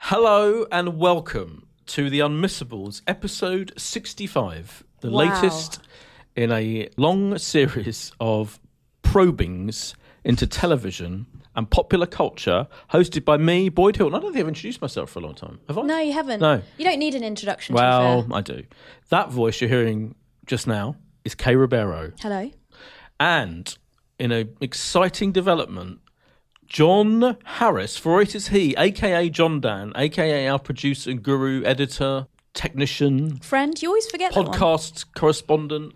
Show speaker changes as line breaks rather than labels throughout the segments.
Hello and welcome to the Unmissables, episode 65, the
Wow.
latest in a long series of probings into television and popular culture, hosted by me, Boyd Hilton. I don't think I've introduced myself for a long time. Have I?
No, you haven't.
No.
You don't need an introduction.
Well,
To be
I do. That voice you're hearing just now is Kay Ribeiro.
fair. Hello.
And in an exciting development, John Harris, for it is he, aka John Dan, aka our producer, guru, editor, technician,
Friend, you always forget that one.
podcast correspondent,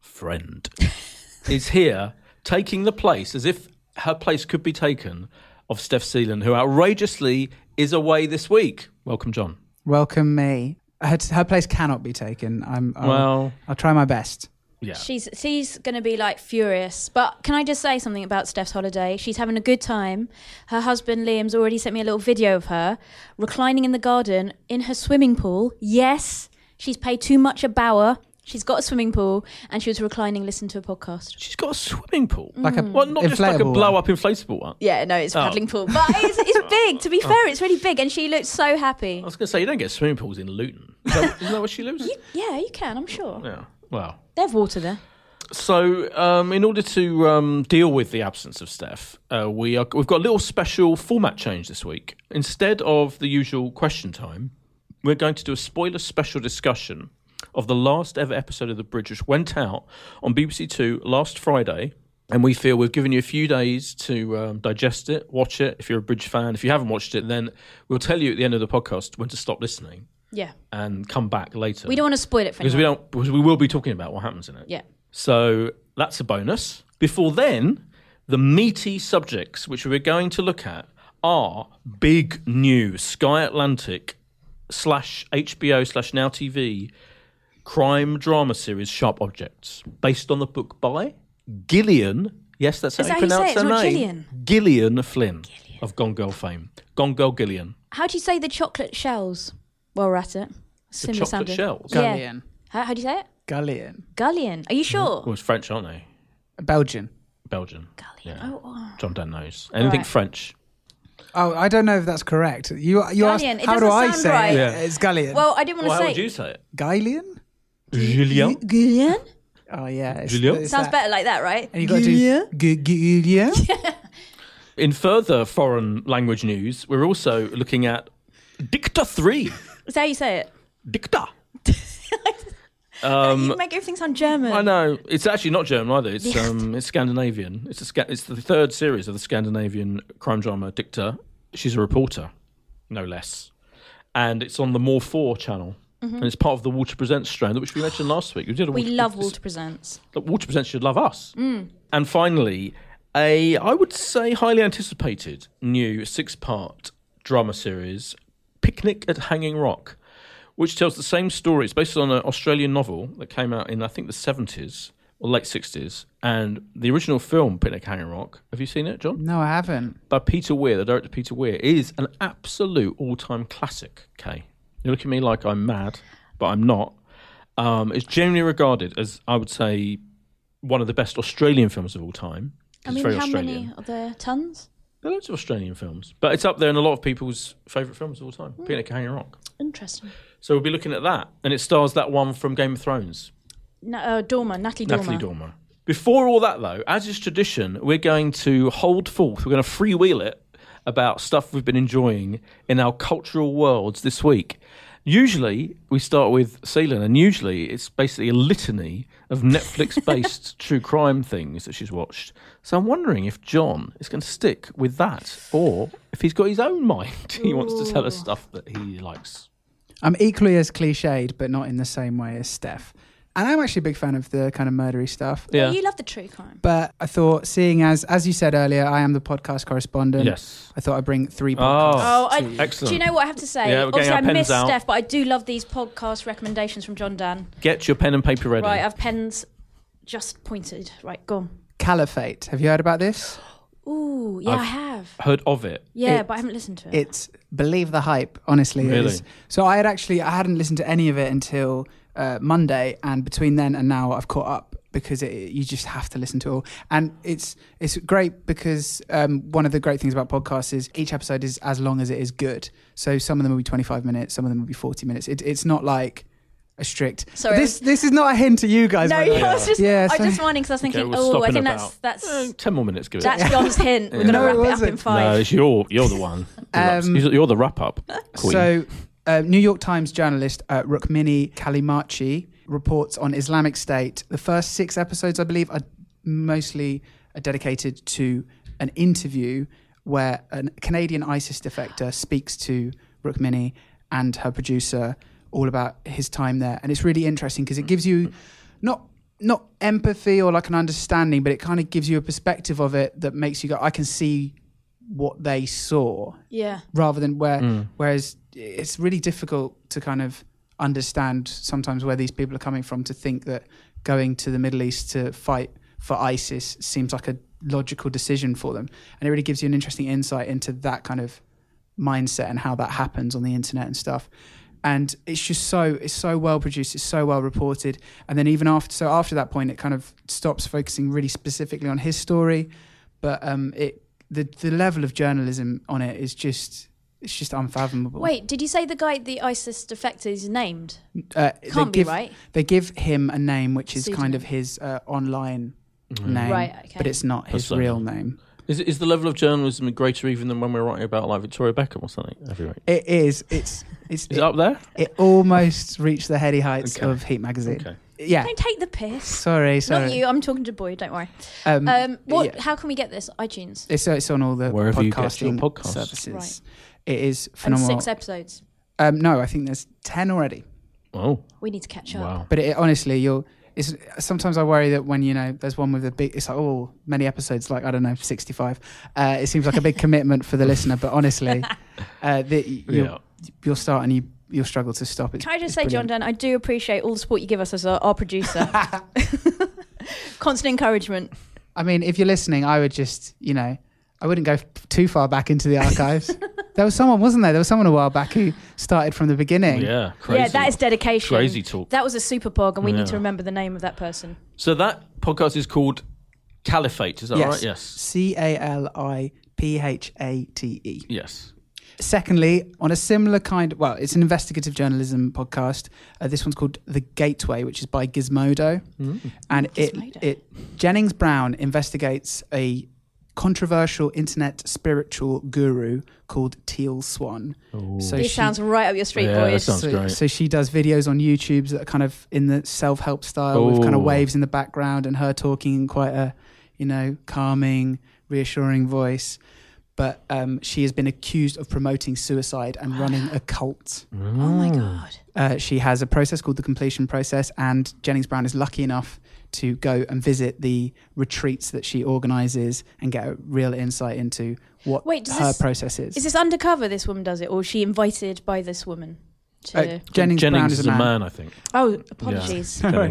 friend, is here taking the place as if her place could be taken of Steph Seelan, who outrageously is away this week. Welcome, John.
Welcome me. Her, her place cannot be taken. I'm. I'll,
Well-
I'll try my best.
Yeah.
She's she's going to be like furious. But can I just say something about Steph's holiday? She's having a good time. Her husband Liam's already sent me a little video of her reclining in the garden in her swimming pool. Yes, she's paid too much a bower. She's got a swimming pool and she was reclining listening to a podcast.
She's got a swimming pool.
Mm.
Like a
Well, not just like a
inflatable one.
blow up inflatable one.
Yeah, no, it's a
Oh.
paddling pool, but it's, it's big. To be fair, it's really big, and she looks so happy.
I was going to say, you don't get swimming pools in Luton. Is that, isn't that where she lives?
Yeah, you can. I'm sure
Yeah. Wow.
they have water there.
So, um, in order to um, deal with the absence of Steph, uh, we are, we've got a little special format change this week. Instead of the usual question time, we're going to do a spoiler special discussion of the last ever episode of The Bridge, which went out on BBC Two last Friday. And we feel we've given you a few days to um, digest it, watch it. If you're a Bridge fan, if you haven't watched it, then we'll tell you at the end of the podcast when to stop listening
Yeah,
and come back later.
we don't want to spoil it for
because
anyone.
we don't because we will be talking about what happens in it.
Yeah.
So that's a bonus. Before then, the meaty subjects which we're going to look at are big new Sky Atlantic slash HBO slash Now TV crime drama series Sharp Objects, based on the book by Gillian. Yes, that's how
Is
you
that how you
pronounce
say it? It's
her
not
name.
Gillian?
Gillian Flynn of Gone Girl fame. Gone Girl Gillian.
How do you say the chocolate shells? While we're at it, similar
chocolate
sounding.
shells?
Yeah.
Gullion.
How, how do you say it?
Gullion.
Gullion. Are you sure?
Mm-hmm. Well, it's French, aren't they?
Belgian.
Belgian.
Gullion.
Yeah.
Oh, oh.
John Dan knows. Anything
Right.
French.
Oh, I don't know if that's correct. You you asked
Gullion. It
how do
doesn't
I
sound
say
right.
it?
Yeah.
It's Gullion.
Well, I didn't want
Well,
to
how
say.
would you say it?
Gullion.
Julien.
Gullion
Oh yeah. It's,
Gullion?
it's
sounds
that.
better like that, right?
And you got to do gu- Gullion.
In further foreign language news, we're also looking at Dicta 3.
Is that how you say it?
Dicta.
you make everything sound German.
Um, I know. It's actually not German either. It's um, it's Scandinavian. It's a sca- it's the third series of the Scandinavian crime drama Dicta. She's a reporter, no less. And it's on the More 4 channel. And it's part of the Water Presents strand, which we mentioned last week. We did a
We
Water-
love
it's-
Walter Presents.
that Water Presents should love us. And finally, a I would say highly anticipated new six-part drama series, Picnic at Hanging Rock, which tells the same story. It's based on an Australian novel that came out in I think the seventies or late sixties, and the original film Picnic at Hanging Rock. Have you seen it, John?
No, I haven't.
By Peter Weir, the director Peter Weir, is an absolute all-time classic. Kay, you look at me like I'm mad, but I'm not. Um, it's generally regarded as, I would say, one of the best Australian films of all time. 'cause
I
it's
mean,
very
how
Australian.
many are there? Tons.
There are loads of Australian films, but it's up there in a lot of people's favourite films of all time.
Hmm.
Peanut Hanging Rock.
Interesting.
So we'll be looking at that, and it stars that one from Game of Thrones,
Na- uh, Dormer, Natalie Dormer.
Natalie Dormer. Before all that, though, as is tradition, we're going to hold forth. We're going to freewheel it about stuff we've been enjoying in our cultural worlds this week. Usually, we start with Ceylon, and usually it's basically a litany of Netflix based true crime things that she's watched. So I'm wondering if John is going to stick with that or if he's got his own mind. He wants to tell us stuff that he likes.
I'm equally as cliched, but not in the same way as Steph. And I'm actually a big fan of the kind of murdery stuff.
Yeah.
Yeah.
You love the true crime.
But I thought, seeing as as you said earlier, I am the podcast correspondent.
Yes.
I thought I'd bring three podcasts.
Oh,
Oh, I,
Excellent.
do you know what I have to say?
Yeah, we're getting
Obviously,
our
I
pens
miss
out.
Steph, but I do love these podcast recommendations from John Dan.
Get your pen and paper ready.
Right, I've pens just pointed. Right, go on.
Caliphate. Have you heard about this?
Ooh, yeah, i
I've-
have.
Heard of it.
Yeah,
It-
but I haven't listened to it.
It's believe the hype, honestly. it
Really?
is. So I had actually I hadn't listened to any of it until uh, Monday, and between then and now I've caught up because it, you just have to listen to it all. And it's it's great because um, one of the great things about podcasts is each episode is as long as it is good. So some of them will be 25 minutes, some of them will be 40 minutes. It, it's not like a strict.
Sorry,
this this is not a hint to you guys.
No,
by the way.
I was just,
Yeah,
I was
so-
just wondering because I was
Okay,
thinking,
we're
oh, I
stopping
think
about eh,
that's that's
ten more minutes. Give it.
that's John's hint. We're
Yeah.
gonna
No,
it
wrap it up in
wasn't.
no,
five.
it's your you're the one.
Um,
you're, you're the wrap up queen.
So, uh, New York Times journalist uh, Rukmini Kalimachi reports on Islamic State. The first six episodes, I believe, are mostly are dedicated to an interview where a Canadian ISIS defector speaks to Rukmini and her producer all about his time there, and it's really interesting because it gives you not not empathy or like an understanding, but it kind of gives you a perspective of it that makes you go, I can see what they saw
Yeah.
rather than where
Mm.
whereas it's really difficult to kind of understand sometimes where these people are coming from to think that going to the middle east to fight for isis seems like a logical decision for them and it really gives you an interesting insight into that kind of mindset and how that happens on the internet and stuff and it's just so it's so well produced it's so well reported and then even after so after that point it kind of stops focusing really specifically on his story but um it the the level of journalism on it is just it's just unfathomable
Wait, did you say the guy, the ISIS defector, is named?
uh,
Can't
they give,
be right.
they give him a name which is kind
Pseudonym.
of his uh, online name
Right, okay.
but it's not his
That's
real
Mm.
name
Is, is the level of journalism greater even than when we're writing about like Victoria Beckham or something? Every week.
it is it's it's
Is
it,
it up there?
it almost reached the heady heights
Okay.
of heat magazine
Okay.
yeah
Don't take the piss.
sorry sorry
Not you. I'm talking to Boyd. Don't worry.
um,
Um, what?
yeah.
How can we get this? iTunes.
It's, uh, it's on all the
Wherever you get your
podcasting
podcasts.
services.
Right.
It is
And
phenomenal.
six episodes.
um, no, I think there's ten already.
Oh
We need to catch up.
wow.
But it, honestly, you'll. It's, sometimes I worry that when you know there's one with a big, it's like oh many episodes, like I don't know, sixty-five. Uh, it seems like a big commitment for the listener, but honestly, uh, the, you'll,
Yeah.
you'll start and you you'll struggle to stop. It's,
Can I just
it's
say, John Dan,
brilliant.
I do appreciate all the support you give us as our, our producer. Constant encouragement.
I mean, if you're listening, I would just you know, I wouldn't go f- too far back into the archives. there was someone, wasn't there? There was someone a while back who started from the beginning.
Yeah. Crazy.
Yeah, that is dedication.
crazy talk.
That was a super pog, and we need to
Yeah.
remember the name of that person.
So that podcast is called Caliphate. Is that right? Yes.
C A L I P H A T E.
Yes.
Secondly, on a similar kind, well, it's an investigative journalism podcast. Uh, this one's called The Gateway, which is by Gizmodo, and it
Gizmodo.
it Jennings Brown investigates a controversial internet spiritual guru called Teal Swan. So
This sounds right up your street,
Yeah, that
boys.
sounds-
so,
great.
so she does videos on YouTube that are kind of in the self-help style with kind of
Ooh.
waves in the background and her talking in quite a, you know, calming, reassuring voice. But um, she has been accused of promoting suicide and running a cult.
Mm.
oh my god.
Uh, she has a process called the completion process, and Jennings Brown is lucky enough to go and visit the retreats that she organises and get a real insight into what
Wait, does
her
this-
process is.
Is this undercover? This woman does it, or is she invited by this woman?
Uh,
To...
Jennings, Brown
Jennings
is a man.
I think.
oh, apologies. Such a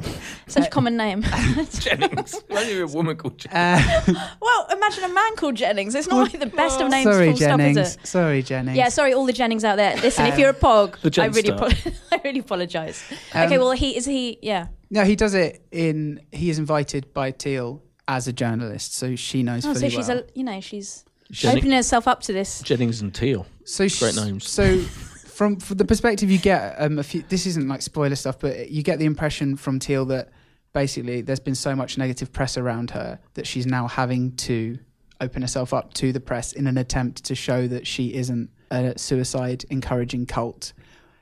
Uh,
common name.
Jennings. Only a woman called Jennings.
Uh,
well, imagine a man called Jennings. It's not like the best of names.
Oh, Sorry,
full stop, is
Jennings. Uh,
it?
Sorry, Jennings.
Yeah, sorry, all the Jennings out there. Listen, if you're a pog,
The
I really,
Jenster.
apo- I really apologise.
Um,
okay, well, he is he. Yeah,
No, he does it in. He is invited by Teal as a journalist, so she knows.
oh, so
fully
she's
well.
a, you know, she's
Jenny-
opening herself up to this.
Jennings and Teal.
so sh-
Great names.
So, from, from the perspective you get, um, a few, this isn't like spoiler stuff, but you get the impression from Teal that basically there's been so much negative press around her that she's now having to open herself up to the press in an attempt to show that she isn't a suicide encouraging cult.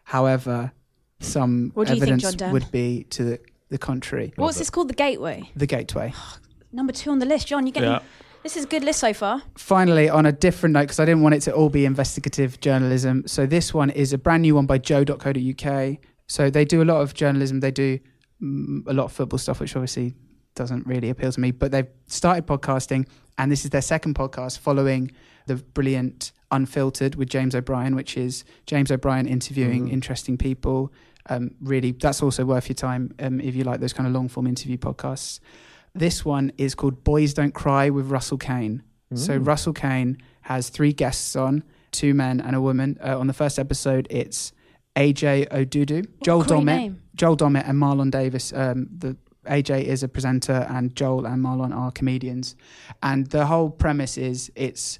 However, some
What do you think,
evidence
John Dan?
would be to the, the contrary.
What's this called? The Gateway.
The gateway.
Number two on the list, John. You're getting.
Yeah.
This is a good list so far.
finally, on a different note, because I didn't want it to all be investigative journalism. So this one is a brand new one by joe.co.uk. So they do a lot of journalism. They do mm, a lot of football stuff, which obviously doesn't really appeal to me. But they've started podcasting, and this is their second podcast following the brilliant Unfiltered with James O'Brien, which is James O'Brien interviewing interesting people. Um, really, that's also worth your time um, if you like those kind of long form interview podcasts. This one is called Boys Don't Cry with Russell Kane. So Russell Kane has three guests on, two men and a woman. Uh, on the first episode, it's AJ Odudu, Joel
great
Dommett,
name.
Joel Dommett, and Marlon Davis, um, the AJ is a presenter, and Joel and Marlon are comedians. And the whole premise is it's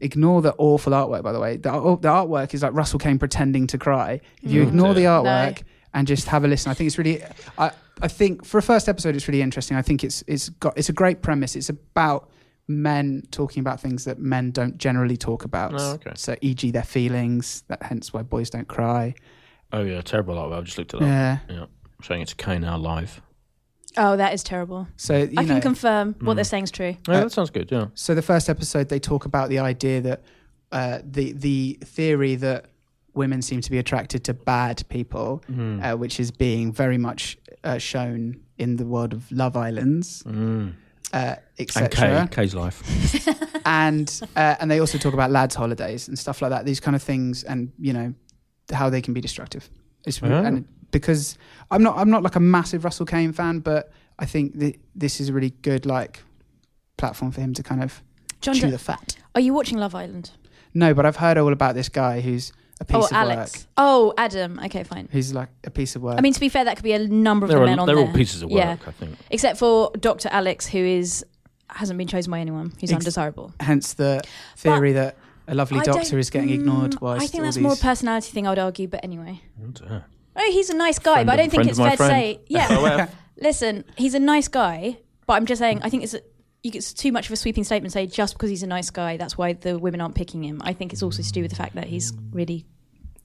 ignore the awful artwork. By the way, the, ar- the artwork is like Russell Kane pretending to cry. If you
Mm.
ignore the
Yeah.
artwork and just have a listen, I think it's really. I I think for a first episode, it's really interesting. I think it's it's got it's a great premise. It's about men talking about things that men don't generally talk about.
Oh, okay.
So, e.g., their feelings. That hence why boys don't cry.
Oh yeah, terrible artwork. I've just looked it up.
Yeah.
Yeah. Showing it to K now live.
Oh, that is terrible.
So you
I
know, Mm.
can confirm what they're saying's true.
Uh,
Yeah, that sounds good. Yeah.
so the first episode they talk about the idea that uh, the the theory that women seem to be attracted to bad people,
Mm.
uh, which is being very much uh, shown in the world of Love Islands,
Mm.
uh,
And K,
etc.
K's life.
And uh, and they also talk about lads' holidays and stuff like that. These kind of things, and you know how they can be destructive. It's re-
Oh.
and because I'm not I'm not like a massive Russell Kane fan, but I think that this is a really good like platform for him to kind of
John,
chew
Dun-
the fat.
are you watching Love Island?
No, but I've heard all about this guy who's a piece
Oh,
of
Alex.
work.
Oh, Adam. Okay, fine.
Who's like a piece of work.
I mean, to be fair, that could be a number of
They're,
the
all-
men on
they're
there.
all pieces of work,
Yeah.
I think.
Except for Dr. Alex, who is hasn't been chosen by anyone. He's
Ex-
undesirable.
hence the theory that a lovely
I
doctor
don't-
is getting ignored.
mm,
Whilst
I think
all
that's
these...
more a personality thing, I would argue, but anyway.
What, uh,
Oh, he's a nice guy,
Friend
but I
of-
don't think
friend
it's
of my
fair
friend.
to say. Yeah.
FOF.
Listen, he's a nice guy, but I'm just saying, I think it's. A, you- it's too much of a sweeping statement to say just because he's a nice guy, that's why the women aren't picking him. I think it's also to do with the fact that he's really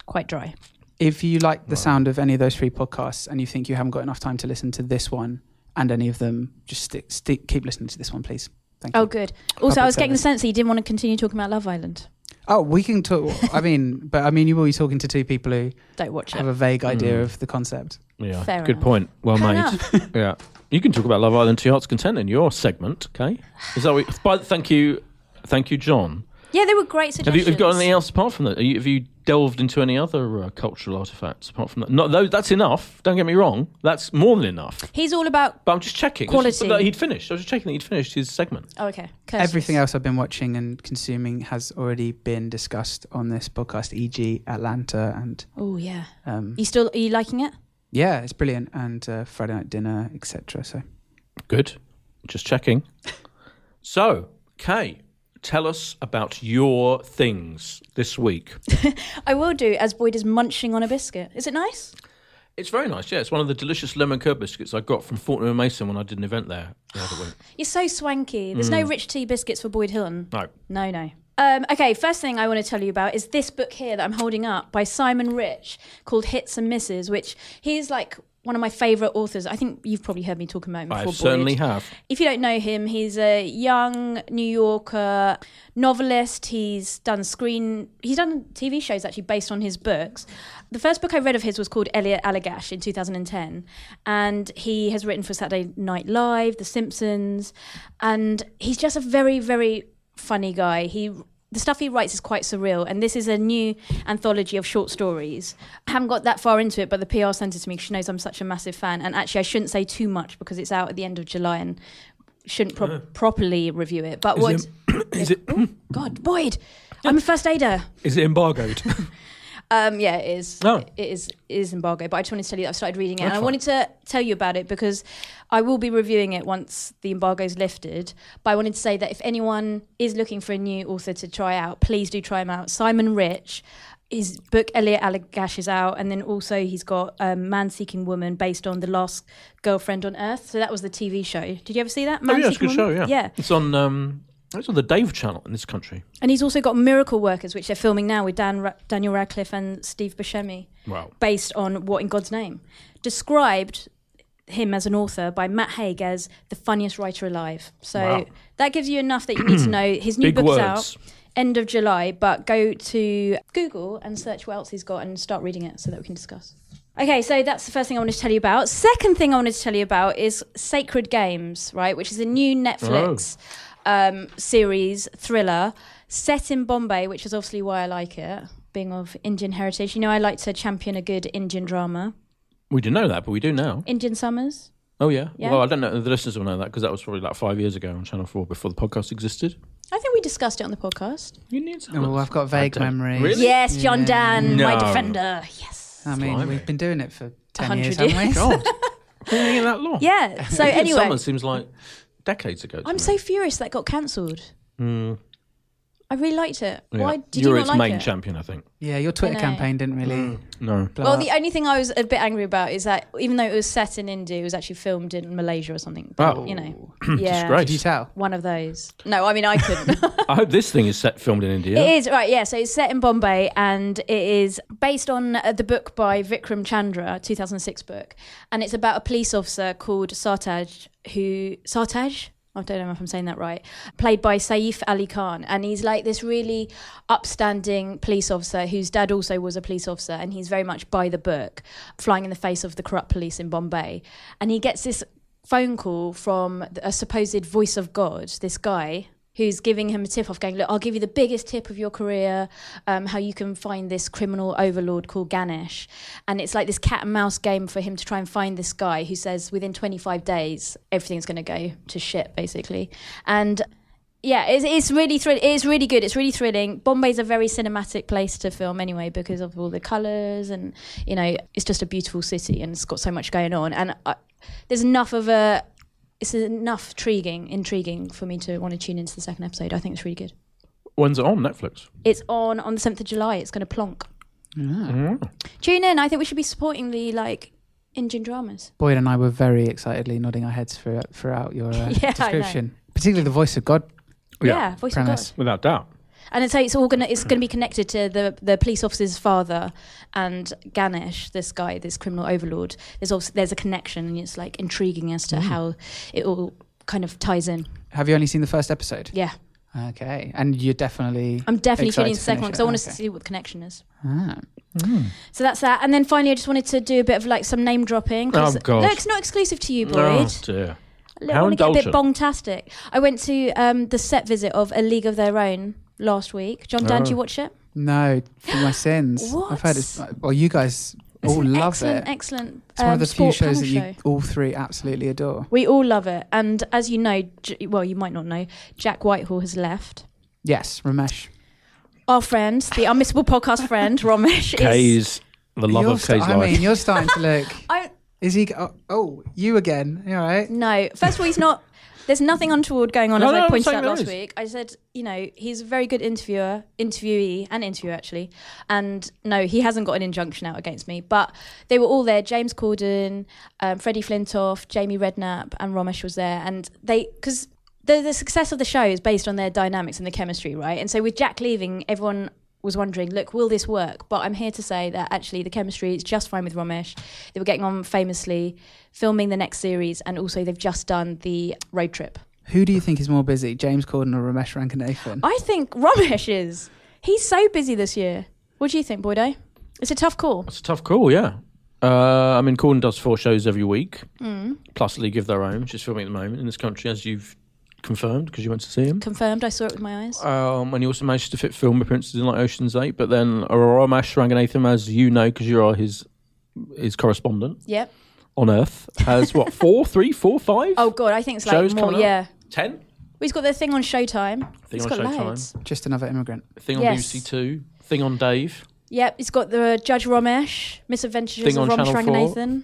quite dry.
If you like the sound of any of those three podcasts and you think you haven't got enough time to listen to this one and any of them, just stick, stick, keep listening to this one, please. Thank
Oh,
you.
good. Also,
Public
I was getting the
service.
sense that you didn't want to continue talking about Love Island.
Oh, we can talk. I mean, but I mean, you will be talking to two people who
Don't watch
have
it.
a vague idea
Mm.
of the concept.
Yeah.
Fair
good
enough.
point. Well
Fair
made. yeah. You can talk about Love Island to your heart's content in your segment, okay? Is that what, by, thank you. Thank you, John.
Yeah, they were great
Have you,
suggestions.
have you got anything else apart from that? Are you, have you delved into any other uh, cultural artifacts apart from that? No, tho- that's enough. Don't get me wrong. That's more than enough.
He's all about.
But I'm just checking. I was just-
Quality.
that he'd finished. I was just checking that he'd finished his segment.
Oh, okay.
Everything else I've been watching and consuming has already been discussed on this podcast, e.g., Atlanta and
Oh yeah.
um,
You still are you liking it?
Yeah, it's brilliant, and uh, Friday night dinner, etc. So
Good. Just checking. So, Kay, tell us about your things this week.
I will do as Boyd is munching on a biscuit. Is it nice?
It's very nice. Yeah, it's one of the delicious lemon curd biscuits I got from Fortnum and Mason when I did an event there the other week.
You're so swanky. There's
Hmm.
no rich tea biscuits for Boyd Hilton.
No.
No, no. Um, okay, first thing I want to tell you about is this book here that I'm holding up by Simon Rich called Hits and Misses, which he's like one of my favourite authors. I think you've probably heard me talk about him before.
I
Boyd.
certainly have.
If you don't know him, he's a young New Yorker novelist. He's done screen, he's done TV shows actually based on his books. The first book I read of his was called Elliot Allagash in 2010, and he has written for Saturday Night Live, The Simpsons, and he's just a very, very funny guy. He the stuff he writes is quite surreal, and this is a new anthology of short stories. I haven't got that far into it, but the PR sent it to me because she knows I'm such a massive fan. And actually, I shouldn't say too much because it's out at the end of July and shouldn't pro- properly review it. But what?
Is it, is it,
God, Boyd, I'm a first aider.
is it embargoed?
Um, yeah, it is.
Oh.
It is it is embargo. But I just wanted to tell you that I've started reading it, and
That's
I
fine.
wanted to tell you about it because I will be reviewing it once the embargo's lifted. But I wanted to say that if anyone is looking for a new author to try out, please do try him out. Simon Rich. His book Elliot Allagash is out, and then also he's got um, Man Seeking Woman based on The Last Girlfriend on Earth. So that was the TV show. Did you ever see that?
oh,
Man
yeah, it's a good show, yeah.
yeah.
It's on, um, it's on the Dave channel in this country.
And he's also got Miracle Workers, which they're filming now with Dan Ra- Daniel Radcliffe and Steve Buscemi
Wow.
based on What in God's Name, described him as an author by Matt Haig as the funniest writer alive. So
Wow.
that gives you enough that you need to know. His new
Big
book's
words.
out end of July, but go to Google and search what else he's got and start reading it so that we can discuss. Okay, so that's the first thing I wanted to tell you about. Second thing I wanted to tell you about is Sacred Games, right, which is a new Netflix
Oh.
um, series thriller set in Bombay, which is obviously why I like it, being of Indian heritage. You know, I like to champion a good Indian drama.
We didn't know that, but we do now.
Indian summers.
Oh, yeah.
Yeah.
Well, I don't know. The listeners will know that because that was probably like five years ago on Channel 4 before the podcast existed.
I think we discussed it on the podcast.
You need to.
oh, I've got vague
don't-
memories.
Really? Mm.
Yes, John Dan, my
No.
defender. Yes.
I mean,
Blimey.
we've been doing it for ten years,
100
haven't we?
God. Been in that long.
Yeah. So
Even
anyway,
summer seems like decades ago. to
I'm
me.
so furious that got cancelled.
Mm.
I really liked it.
Yeah.
Why did
You're
you not
its
like
main
it?
champion, I think.
Yeah, your Twitter
know.
campaign didn't really.
No.
blow
Well,
up.
the only thing I was a bit angry about is that even though it was set in India, it was actually filmed in Malaysia or something. But,
Oh.
you know, yeah,
Disgrace.
Did you tell?
one of those. No, I mean I couldn't.
I hope this thing is set filmed in India.
It is right, yeah. So it's set in Bombay, and it is based on uh, the book by Vikram Chandra, 2006 book, and it's about a police officer called Sartaj, who Sartaj. I don't know if I'm saying that right. Played by Saif Ali Khan, and he's like this really upstanding police officer whose dad also was a police officer, and he's very much by the book, flying in the face of the corrupt police in Bombay, and he gets this phone call from a supposed voice of God, this guy who's giving him a tip off, going, Look, I'll give you the biggest tip of your career, um, how you can find this criminal overlord called Ganesh. And it's like this cat and mouse game for him to try and find this guy who says within 25 days, everything's going to go to shit, basically. And yeah, it's, it's really thrill. It's really good. It's really thrilling. Bombay's a very cinematic place to film anyway because of all the colours and you know it's just a beautiful city and it's got so much going on. And I, there's enough of a it's enough intriguing, intriguing for me to want to tune into the second episode. I think it's really good.
When's it on Netflix?
It's on on the seventh of July. It's going to plonk.
Mm.
Tune in. I think we should be supporting the like Indian dramas.
Boyd and I were very excitedly nodding our heads through, throughout your
Yeah, I
uh,
know.
description, particularly the voice of God.
Yeah.
Yeah, voice
Premise.
of God.
Without doubt.
And it's, it's all gonna it's gonna be connected to the the police officer's father and Ganesh, this guy, this criminal overlord. There's also there's a connection, and it's like intriguing as to
Mm.
how it all kind of ties in.
Have you only seen the first episode?
Yeah,
Okay, and you're definitely.
I'm definitely
Excited
tuning in
to
the second one
finish
because
it.
I want
Okay.
to see what the connection is.
Ah.
So that's that. And then finally, I just wanted to do a bit of like some name dropping. 'cause-
Oh, God.
No, it's not exclusive to you,
Oh,
Boyd.
dear.
I
How
want to get a bit
indulgent.
bongtastic. I went to um, the set visit of A League of Their Own last week. John, Dan,
Oh.
did you watch it?
No, for my sins.
What?
I've heard it's. Well, you guys
It's
all
an
Oh, love
excellent,
it.
excellent.
It's one
um,
of the few
sport
shows that
panel
you
show.
all three absolutely adore.
We all love it, and as you know, J- well, you might not know, Jack Whitehall has left.
Yes, Ramesh.
Our friend, the unmissable podcast friend, Ramesh, is.
Kay's, the love
You're
of
sta-
Kay's
I
life.
mean, you're starting to look.
I
Is he? Oh, oh you again? You all right?
No. First of all, he's not. There's nothing untoward going on,
No,
as
no,
I
I'm
pointed
saying
out
there
last
is.
week. I said, you know, he's a very good interviewer, interviewee, and interviewer actually. And no, he hasn't got an injunction out against me. But they were all there: James Corden, um, Freddie Flintoff, Jamie Redknapp, and Romesh was there. And they, because the the success of the show is based on their dynamics and the chemistry, right? And so with Jack leaving, everyone was wondering, look, will this work? But I'm here to say that actually the chemistry is just fine with Romesh. They were getting on famously, filming the next series, and also they've just done the road trip.
Who do you think is more busy, James Corden or Ramesh Ranganathan?
I think Romesh is. He's so busy this year. What do you think, Boydo? It's a tough call.
It's a tough call, yeah. Uh, I mean, Corden does four shows every week,
Mm.
plus League of Their Own, which is filming at the moment in this country, as you've confirmed because you went to see him.
Confirmed. I saw it with my eyes.
Um, and he also managed to fit film appearances in like Ocean's Eight. But then Ramesh Ranganathan, as you know, because you are his his correspondent
Yep.
on Earth, has what four, three, four, five?
Oh God, I think it's like
Shows
more.
coming up?
Yeah.
ten.
Well, he's got the thing on Showtime. he's
on
got
Showtime.
loads.
Just another immigrant.
Thing on
Yes.
BBC Two. Thing on Dave.
Yep. He's got the Judge Romesh, Misadventures
Thing
of
on
Romesh
Channel four.
Ranganathan.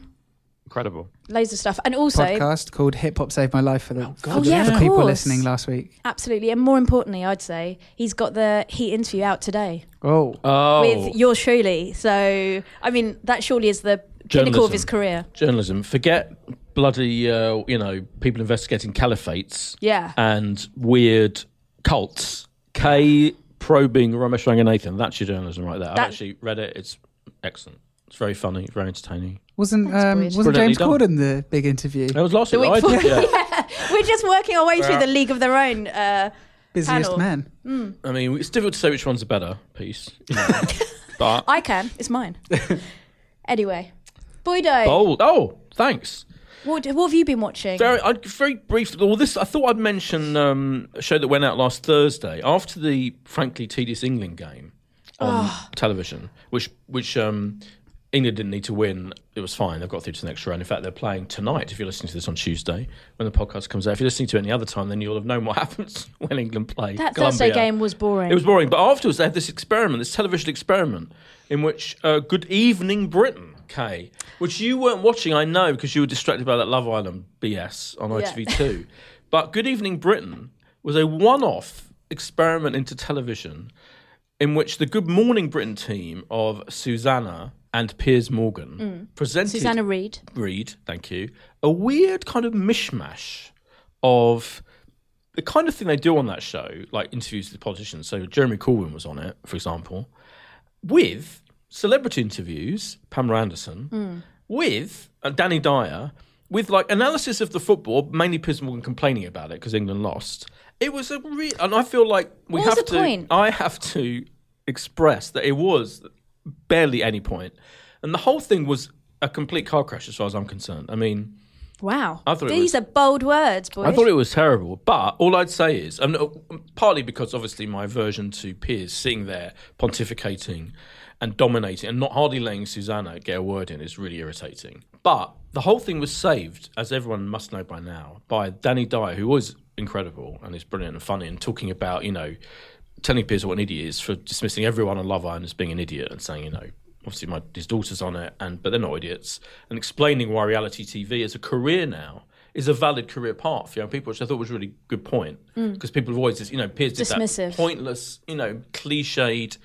Incredible.
Loads of stuff, and also
podcast called Hip Hop Saved My Life for the, for
Oh,
the-
yeah,
for
of
people
course.
listening last week.
absolutely, and more importantly, I'd say he's got the Heat interview out today
Oh,
Oh,
with yours truly. So, I mean, that surely is the pinnacle of
Journalism.
his career.
journalism. Forget bloody uh, you know people investigating caliphates.
Yeah.
and weird cults. K probing Ramesh Ranganathan. That's your journalism right there.
That-
I've actually read it. It's excellent. It's very funny, very entertaining.
wasn't
Thanks,
um,
Boyd.
wasn't
Brilliantly Oh.
James
done.
Corden the big interview?
That was last
The
week.
week
I did, yeah.
We're just working our way through
Yeah.
the League of Their Own. Uh,
Busiest
panel.
man.
I mean, it's difficult to say which one's a better piece. you know. but
I can. It's mine. anyway, Boydo,
bold. Oh, thanks.
what, what have you been watching?
Very, I, very brief. Well, this I thought I'd mention um, a show that went out last Thursday after the frankly tedious England game on
Ah.
television, which which um, England didn't need to win. It was fine. They've got through to the next round. In fact, they're playing tonight. If you're listening to this on Tuesday when the podcast comes out, if you're listening to it any other time, then you'll have known what happens when England play.
that Thursday
Colombia.
game was boring.
It was boring, but afterwards they had this experiment, this television experiment, in which uh, Good Evening Britain Okay. Which you weren't watching, I know, because you were distracted by that Love Island BS on
Yeah.
ITV2. but Good Evening Britain was a one off experiment into television in which the Good Morning Britain team of Susanna and Piers Morgan presented
Mm. Susanna Reid.
Reed, thank you, a weird kind of mishmash of the kind of thing they do on that show, like interviews with politicians. So Jeremy Corbyn was on it, for example, with celebrity interviews, Pamela Anderson,
Hmm.
with uh, Danny Dyer, with like analysis of the football, mainly Piers Morgan complaining about it because England lost. It was a real, and I feel like we
What was
have
the
to.
point?
I have to express that it was barely any point, and the whole thing was a complete car crash, as far as I'm concerned. I mean.
Wow.
I thought it
These are bold words, boys.
I thought it was terrible, but all I'd say is, and uh, partly because obviously my aversion to Piers sitting there pontificating and dominating and not hardly letting Susanna get a word in is really irritating. But the whole thing was saved, as everyone must know by now, by Danny Dyer, who was incredible and is brilliant and funny and talking about, you know, telling Piers what an idiot he is for dismissing everyone on Love Island as being an idiot and saying, you know, obviously my his daughter's on it, and but they're not idiots, and explaining why reality TV as a career now is a valid career path for young people, which I thought was a really good point because people have always, just, you know, Piers did
Mm. Dismissive.
that pointless, you know, cliched.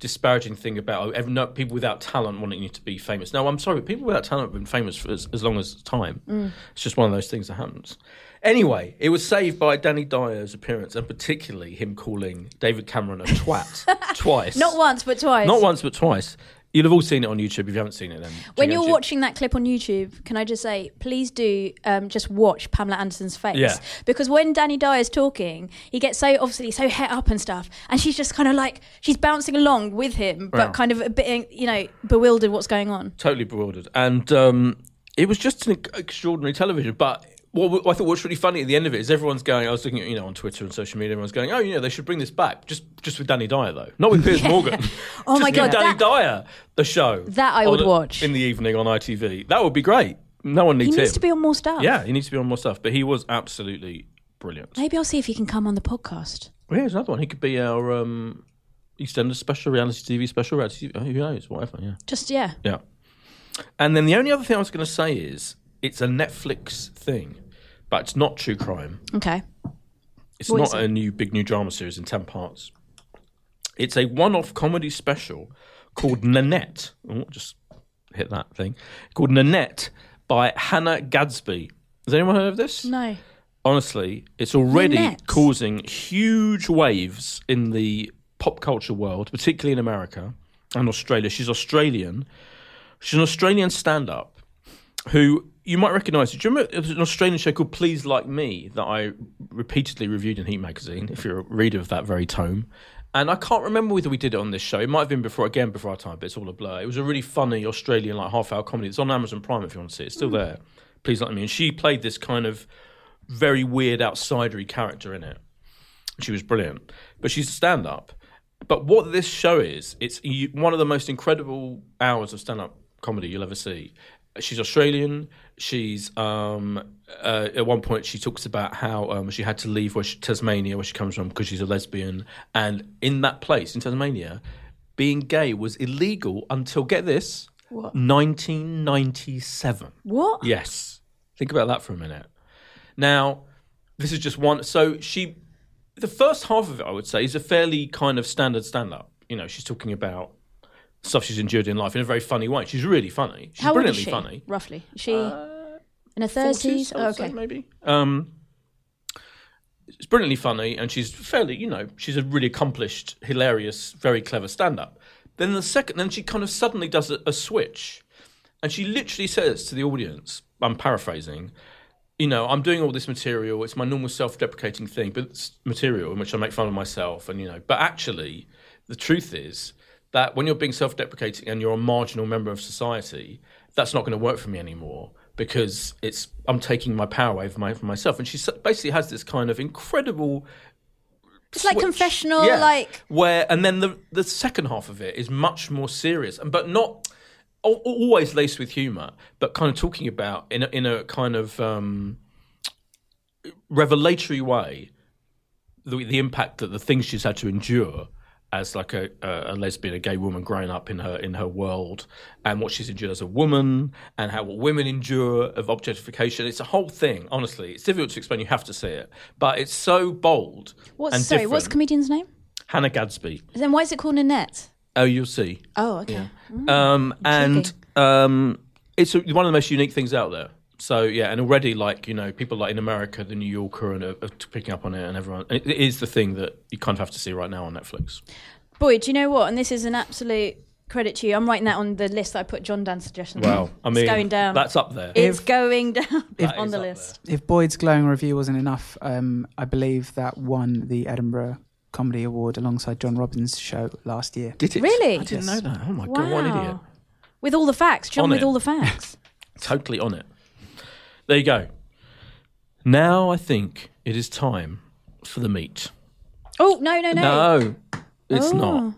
Disparaging thing about oh, ev- no, people without talent wanting you to be famous. Now, I'm sorry, but people without talent have been famous for as, as long as time.
Mm.
It's just one of those things that happens. Anyway, it was saved by Danny Dyer's appearance and particularly him calling David Cameron a twat twice.
Not once, but twice.
Not once, but twice. You'll have all seen it on YouTube. If you haven't seen it, then
When
check it out.
you're watching that clip on YouTube, can I just say, please do um, just watch Pamela Anderson's face.
Yeah.
Because when Danny Dyer is talking, he gets so obviously so het up and stuff, and she's just kind of like she's bouncing along with him, but
Wow.
kind of a bit, you know, bewildered what's going on.
totally bewildered. And um, it was just an extraordinary television. But what w- I thought was really funny at the end of it is everyone's going. I was looking at you know on Twitter and social media. Everyone's going, oh, you know, they should bring this back just just with Danny Dyer though, not with Piers Morgan.
Oh my
Just give
God,
Danny
that-
Dyer the show
That I
on
would
a-
watch.
in the evening on ITV. That would be great. No one
He
needs him.
needs to be on more stuff.
yeah, he needs to be on more stuff. But he was absolutely brilliant.
Maybe I'll see if he can come on the podcast.
Well, here's another one. He could be our um, EastEnders special reality TV special reality. TV. Who knows? Whatever. Yeah.
Just yeah.
Yeah. And then the only other thing I was going to say is it's a Netflix thing, but it's not true crime.
Okay.
It's
What
not
is it?
a new big new drama series in 10 parts. It's a one off comedy special called Nanette. Oh, just hit that thing. Called Nanette by Hannah Gadsby. Has anyone heard of this?
No.
honestly, it's already
Nanette.
causing huge waves in the pop culture world, particularly in America and Australia. She's Australian. She's an Australian stand up who you might recognise. Do you remember it was an Australian show called Please Like Me that I repeatedly reviewed in Heat magazine, if you're a reader of that very tome. And I can't remember whether we did it on this show. It might have been before, again, before our time, but it's all a blur. It was a really funny Australian, like half hour comedy. It's on Amazon Prime if you want to see it. It's still there. Please Like Me. And she played this kind of very weird outsidery character in it. She was brilliant, but she's a stand up. But what this show is, it's you- one of the most incredible hours of stand up comedy you'll ever see. She's Australian. She's um, uh, at one point she talks about how um, she had to leave where she, Tasmania, where she comes from, because she's a lesbian, and in that place in Tasmania, being gay was illegal until get this, 1997.
What?
Yes. Think about that for a minute. Now, this is just one. So she, the first half of it, I would say, is a fairly kind of standard stand up. You know, she's talking about stuff she's endured in life in a very funny way. She's really funny. She's
How old is
brilliantly
she?
funny.
Roughly. Is she in her
40s,
thirties?
I would say,
okay.
maybe. Um, it's brilliantly funny, and she's fairly, you know, she's a really accomplished, hilarious, very clever stand-up. Then the second, then she kind of suddenly does a, a switch, and she literally says to the audience, "I'm paraphrasing." You know, I'm doing all this material. It's my normal self-deprecating thing, but it's material in which I make fun of myself, and you know. But actually, the truth is that when you're being self-deprecating and you're a marginal member of society, that's not going to work for me anymore because it's I'm taking my power away from, my, from myself. And she s- basically has this kind of incredible
It's like
switch.
confessional,
Yeah.
like
where and then the the second half of it is much more serious and but not al- always laced with humor but kind of talking about in a, in a kind of um revelatory way the, the impact that the things she's had to endure as like a, a, a lesbian, a gay woman growing up in her in her world, and what she's endured as a woman, and how what women endure of objectification. It's a whole thing. Honestly, it's difficult to explain. You have to see it, but it's so bold.
What's
and
sorry?
Different.
What's the comedian's name?
Hannah Gadsby?
Then why is it called Nanette?
Oh, you'll see.
Oh, okay.
Um, and um, it's a, one of the most unique things out there. So yeah, and already like you know people like in America, the New Yorker, and uh, are, are picking up on it, and everyone. It, it is the thing that you kind of have to see right now on Netflix.
Boy, do you know what? And this is an absolute credit to you. I'm writing that on the list that I put John Dan's suggestions. on.
I mean,
it's going down.
That's up there.
it's going down
That
on
is
the
up
list.
If Boyd's glowing review wasn't enough, um, I believe that won the Edinburgh Comedy Award alongside John Robbins' show last year.
Did it?
Really?
I didn't
Yes.
know that. Oh my
Wow.
god, what an idiot!
With all the facts, John.
On
with
it.
all the facts.
Totally on it. There you go. Now I think it is time for the meat.
oh no, no, no,
No, it's not.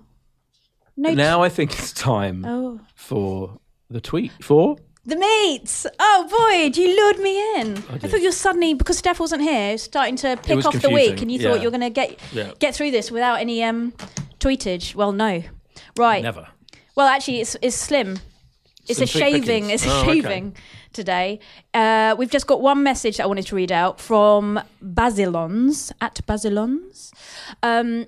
no.
Now I think it's time
Oh.
for the tweet. For
The meats! Oh boy, you lured me in. I,
did.
thought you were suddenly because Steph wasn't here, starting to pick
was
off the week,
confusing,
and you
yeah.
thought you were going to get
Yeah.
get through this without any um, tweetage. Well, no, right.
never.
Well, actually, it's it's slim. It's
Slim
a
pick
shaving.
pickings.
It's a
Oh, okay.
shaving today. Uh, we've just got one message that I wanted to read out from Basilons at Basilons, um,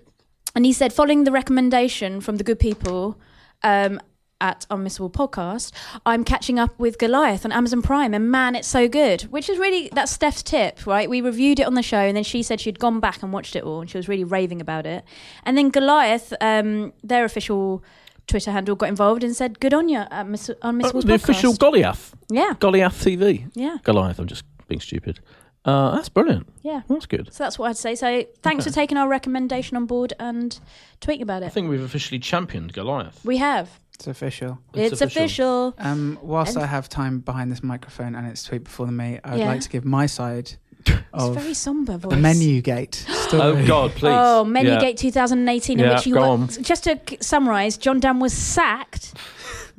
and he said, following the recommendation from the good people. Um, at Unmissable Podcast, I'm catching up with Goliath on Amazon Prime, and man, it's so good. Which is really that's Steph's tip, right? We reviewed it on the show, and then she said she'd gone back and watched it all, and she was really raving about it. And then Goliath, um, their official Twitter handle, got involved and said, "Good on you, Unmiss- Unmissable
Uh, the
Podcast."
official Goliath.
yeah,
Goliath TV.
yeah,
Goliath. I'm just being stupid. Uh, that's brilliant.
yeah.
That's good.
So that's what I'd say. So thanks for taking our recommendation on board and tweeting about
I
it.
think we've officially championed Goliath.
We have.
It's official.
It's, official.
Um, whilst
And-
I have time behind this microphone and it's tweet before the me, I would
Yeah.
like to give my side
It's
of
very somber voice.
the menu gate story.
Oh God, please.
Oh, Menu
Yeah.
Gate 2018, in
Yeah,
which you
go
were,
on.
just to summarise, John Dan was sacked,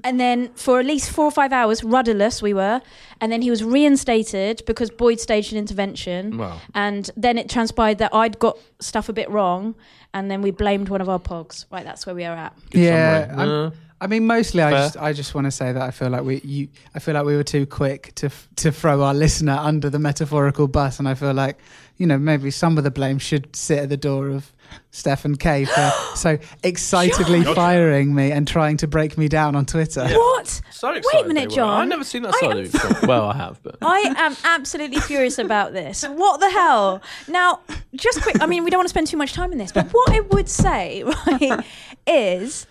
and then for at least four or five hours, rudderless we were, and then he was reinstated because Boyd staged an intervention,
Wow.
and then it transpired that I'd got stuff a bit wrong, and then we blamed one of our pogs. Right, that's where we are at.
Good
Yeah,
summary.
I'm-
Uh,
I mean, mostly I
Fair.
just I just want to say that I feel like we you I feel like we were too quick to f- to throw our listener under the metaphorical bus, and I feel like you know maybe some of the blame should sit at the door of Stephen K for so excitedly
John!
firing me and trying to break me down on Twitter.
What?
So excited
minute,
they were.
John.
I've never seen that
I
side
am-
of you before. Well, I have, but
I am absolutely furious about this. What the hell? Now, just quick, I mean, we don't want to spend too much time on this, but what I would say, right, is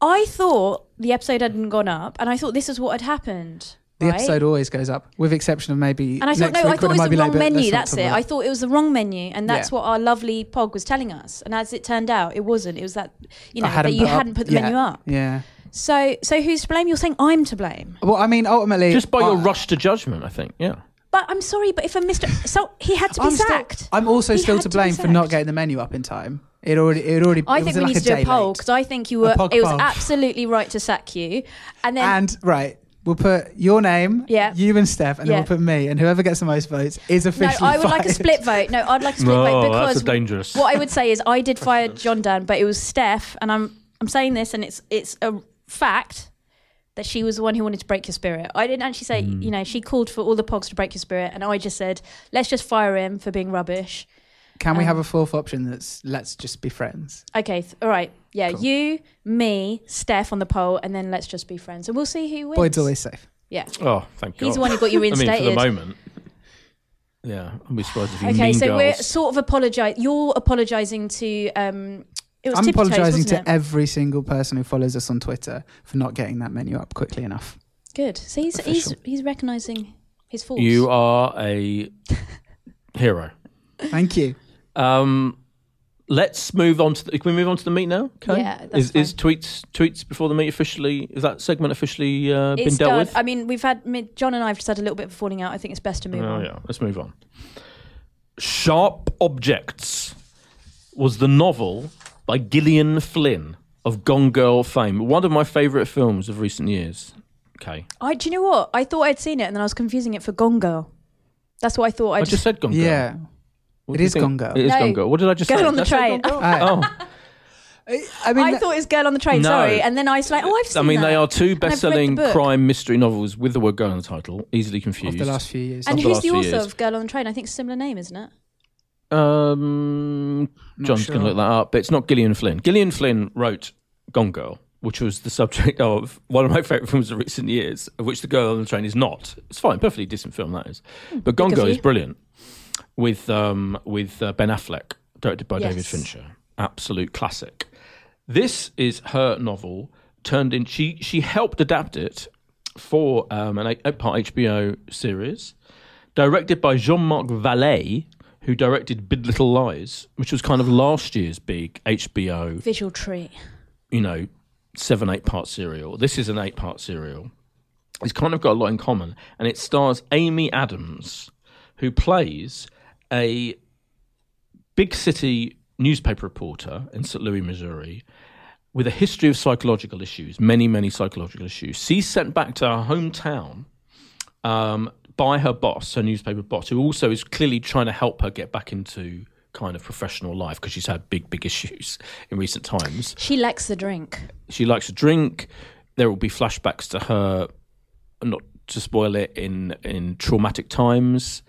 I thought the episode hadn't gone up, and I thought this is what had happened.
The
right?
episode always goes up, with exception of maybe.
And I thought,
next
no, I
week
thought
when
it was
might
the
be late,
wrong
but let's
menu.
not
That's
talk
it.
about
I thought it was the wrong menu, and that's
Yeah.
what our lovely Pog was telling us. And as it turned out, it wasn't. It was that, you know,
I hadn't
that you
put up-
hadn't put the
yeah,
menu up.
Yeah.
So, so who's to blame? You're saying I'm to blame.
Well, I mean, ultimately,
just by your
I-
rush to judgment, I think. Yeah.
But I'm sorry, but if a Mr. So he had to be
I'm still-
sacked.
I'm also
He
still
had
to
to be
blame for not
sacked.
getting the menu up in time. It already, it already.
I
it
think
was
we
like
need to do
day
a poll
late.
because I think you were.
pog
It was
poll.
absolutely right to sack you, and then
And right, we'll put your name,
Yeah.
you and Steph, and then
Yeah.
we'll put me, and whoever gets the most votes is
no,
officially.
I would like a
fired.
split vote. No, I'd like a split vote because
Oh, dangerous.
what I would say is I did fire John Dan, but it was Steph, and I'm I'm saying this, and it's it's a fact that she was the one who wanted to break your spirit. I didn't actually say,
Mm.
you know, she called for all the pogs to break your spirit, and I just said, let's just fire him for being rubbish.
Can we
Um,
have a fourth option that's let's just be friends?
Okay, th- all right, yeah, you, me, Steph on the poll, and then let's just be friends, and we'll see who wins.
Boyd's always safe.
yeah.
Oh, thank God.
He's the one who got you
I mean,
reinstated.
for the moment. Yeah, I'd be surprised if he
Okay,
mean
so we're
girls.
sort of apologise. You're apologising to. Um, it was
I'm
Tippy Toes,
apologising
wasn't
to
it?
every single person who follows us on Twitter for not getting that menu up quickly enough.
Good. So he's he's,
Official.
he's recognising his faults.
You are a hero.
Thank you.
Um, let's move on to. The, can we move on to the meet now? Okay.
Yeah, that's
is, is tweets tweets before the meet officially? Is that segment officially uh,
it's
been dealt
done. Oh,
with?
I mean, we've had me- John and I have just had a little bit of a falling out. I think it's best to move
Oh
on.
yeah, let's move on. Sharp Objects was the novel by Gillian Flynn of Gone Girl fame, one of my favourite films of recent years. Okay,
I, do you know what? I thought I'd seen it, and then I was confusing it for Gone Girl. That's what I thought.
I,
I
just,
just
said Gone Girl.
Yeah.
What
it
do you
is
think?
Gone Girl.
It is
No.
Gone Girl. What did I just
Girl
say?
on the
Did I say
Train.
Gone Girl?
Aye.
Oh,
I I mean,
I
that-
thought it was Girl on the Train,
No.
sorry. And then I was like, oh, I've seen
I mean,
that.
they are two
read the
best-selling
book.
crime mystery novels with the word "girl" in the title. Easily
of
confused.
the last few years.
And
of the
who's
last
the
few
author
years.
of Girl on the Train? I think it's a similar name, isn't it?
um,
Not
John's
sure.
going to look that up, but it's not Gillian Flynn. Gillian Flynn wrote Gone Girl, which was the subject of one of my favourite films of recent years, of which The Girl on the Train is not. It's fine, perfectly decent film that is. But Gone
of
Girl is
you.
brilliant with um, with uh, Ben Affleck, directed by David
Yes.
Fincher. Absolute classic. This is her novel turned in. She she helped adapt it for um, an eight part HBO series, directed by Jean Marc Vallée, who directed Big Little Lies, which was kind of last year's big HBO,
Visual treat.
you know, seven eight part serial. This is an eight part serial. It's kind of got a lot in common, and it stars Amy Adams, who plays a big city newspaper reporter in St. Louis, Missouri, with a history of psychological issues, many, many psychological issues. She's sent back to her hometown um, by her boss, her newspaper boss, who also is clearly trying to help her get back into kind of professional life because she's had big, big issues in recent times.
She lacks the drink.
She likes to drink. There will be flashbacks to her, not to spoil it, in in traumatic times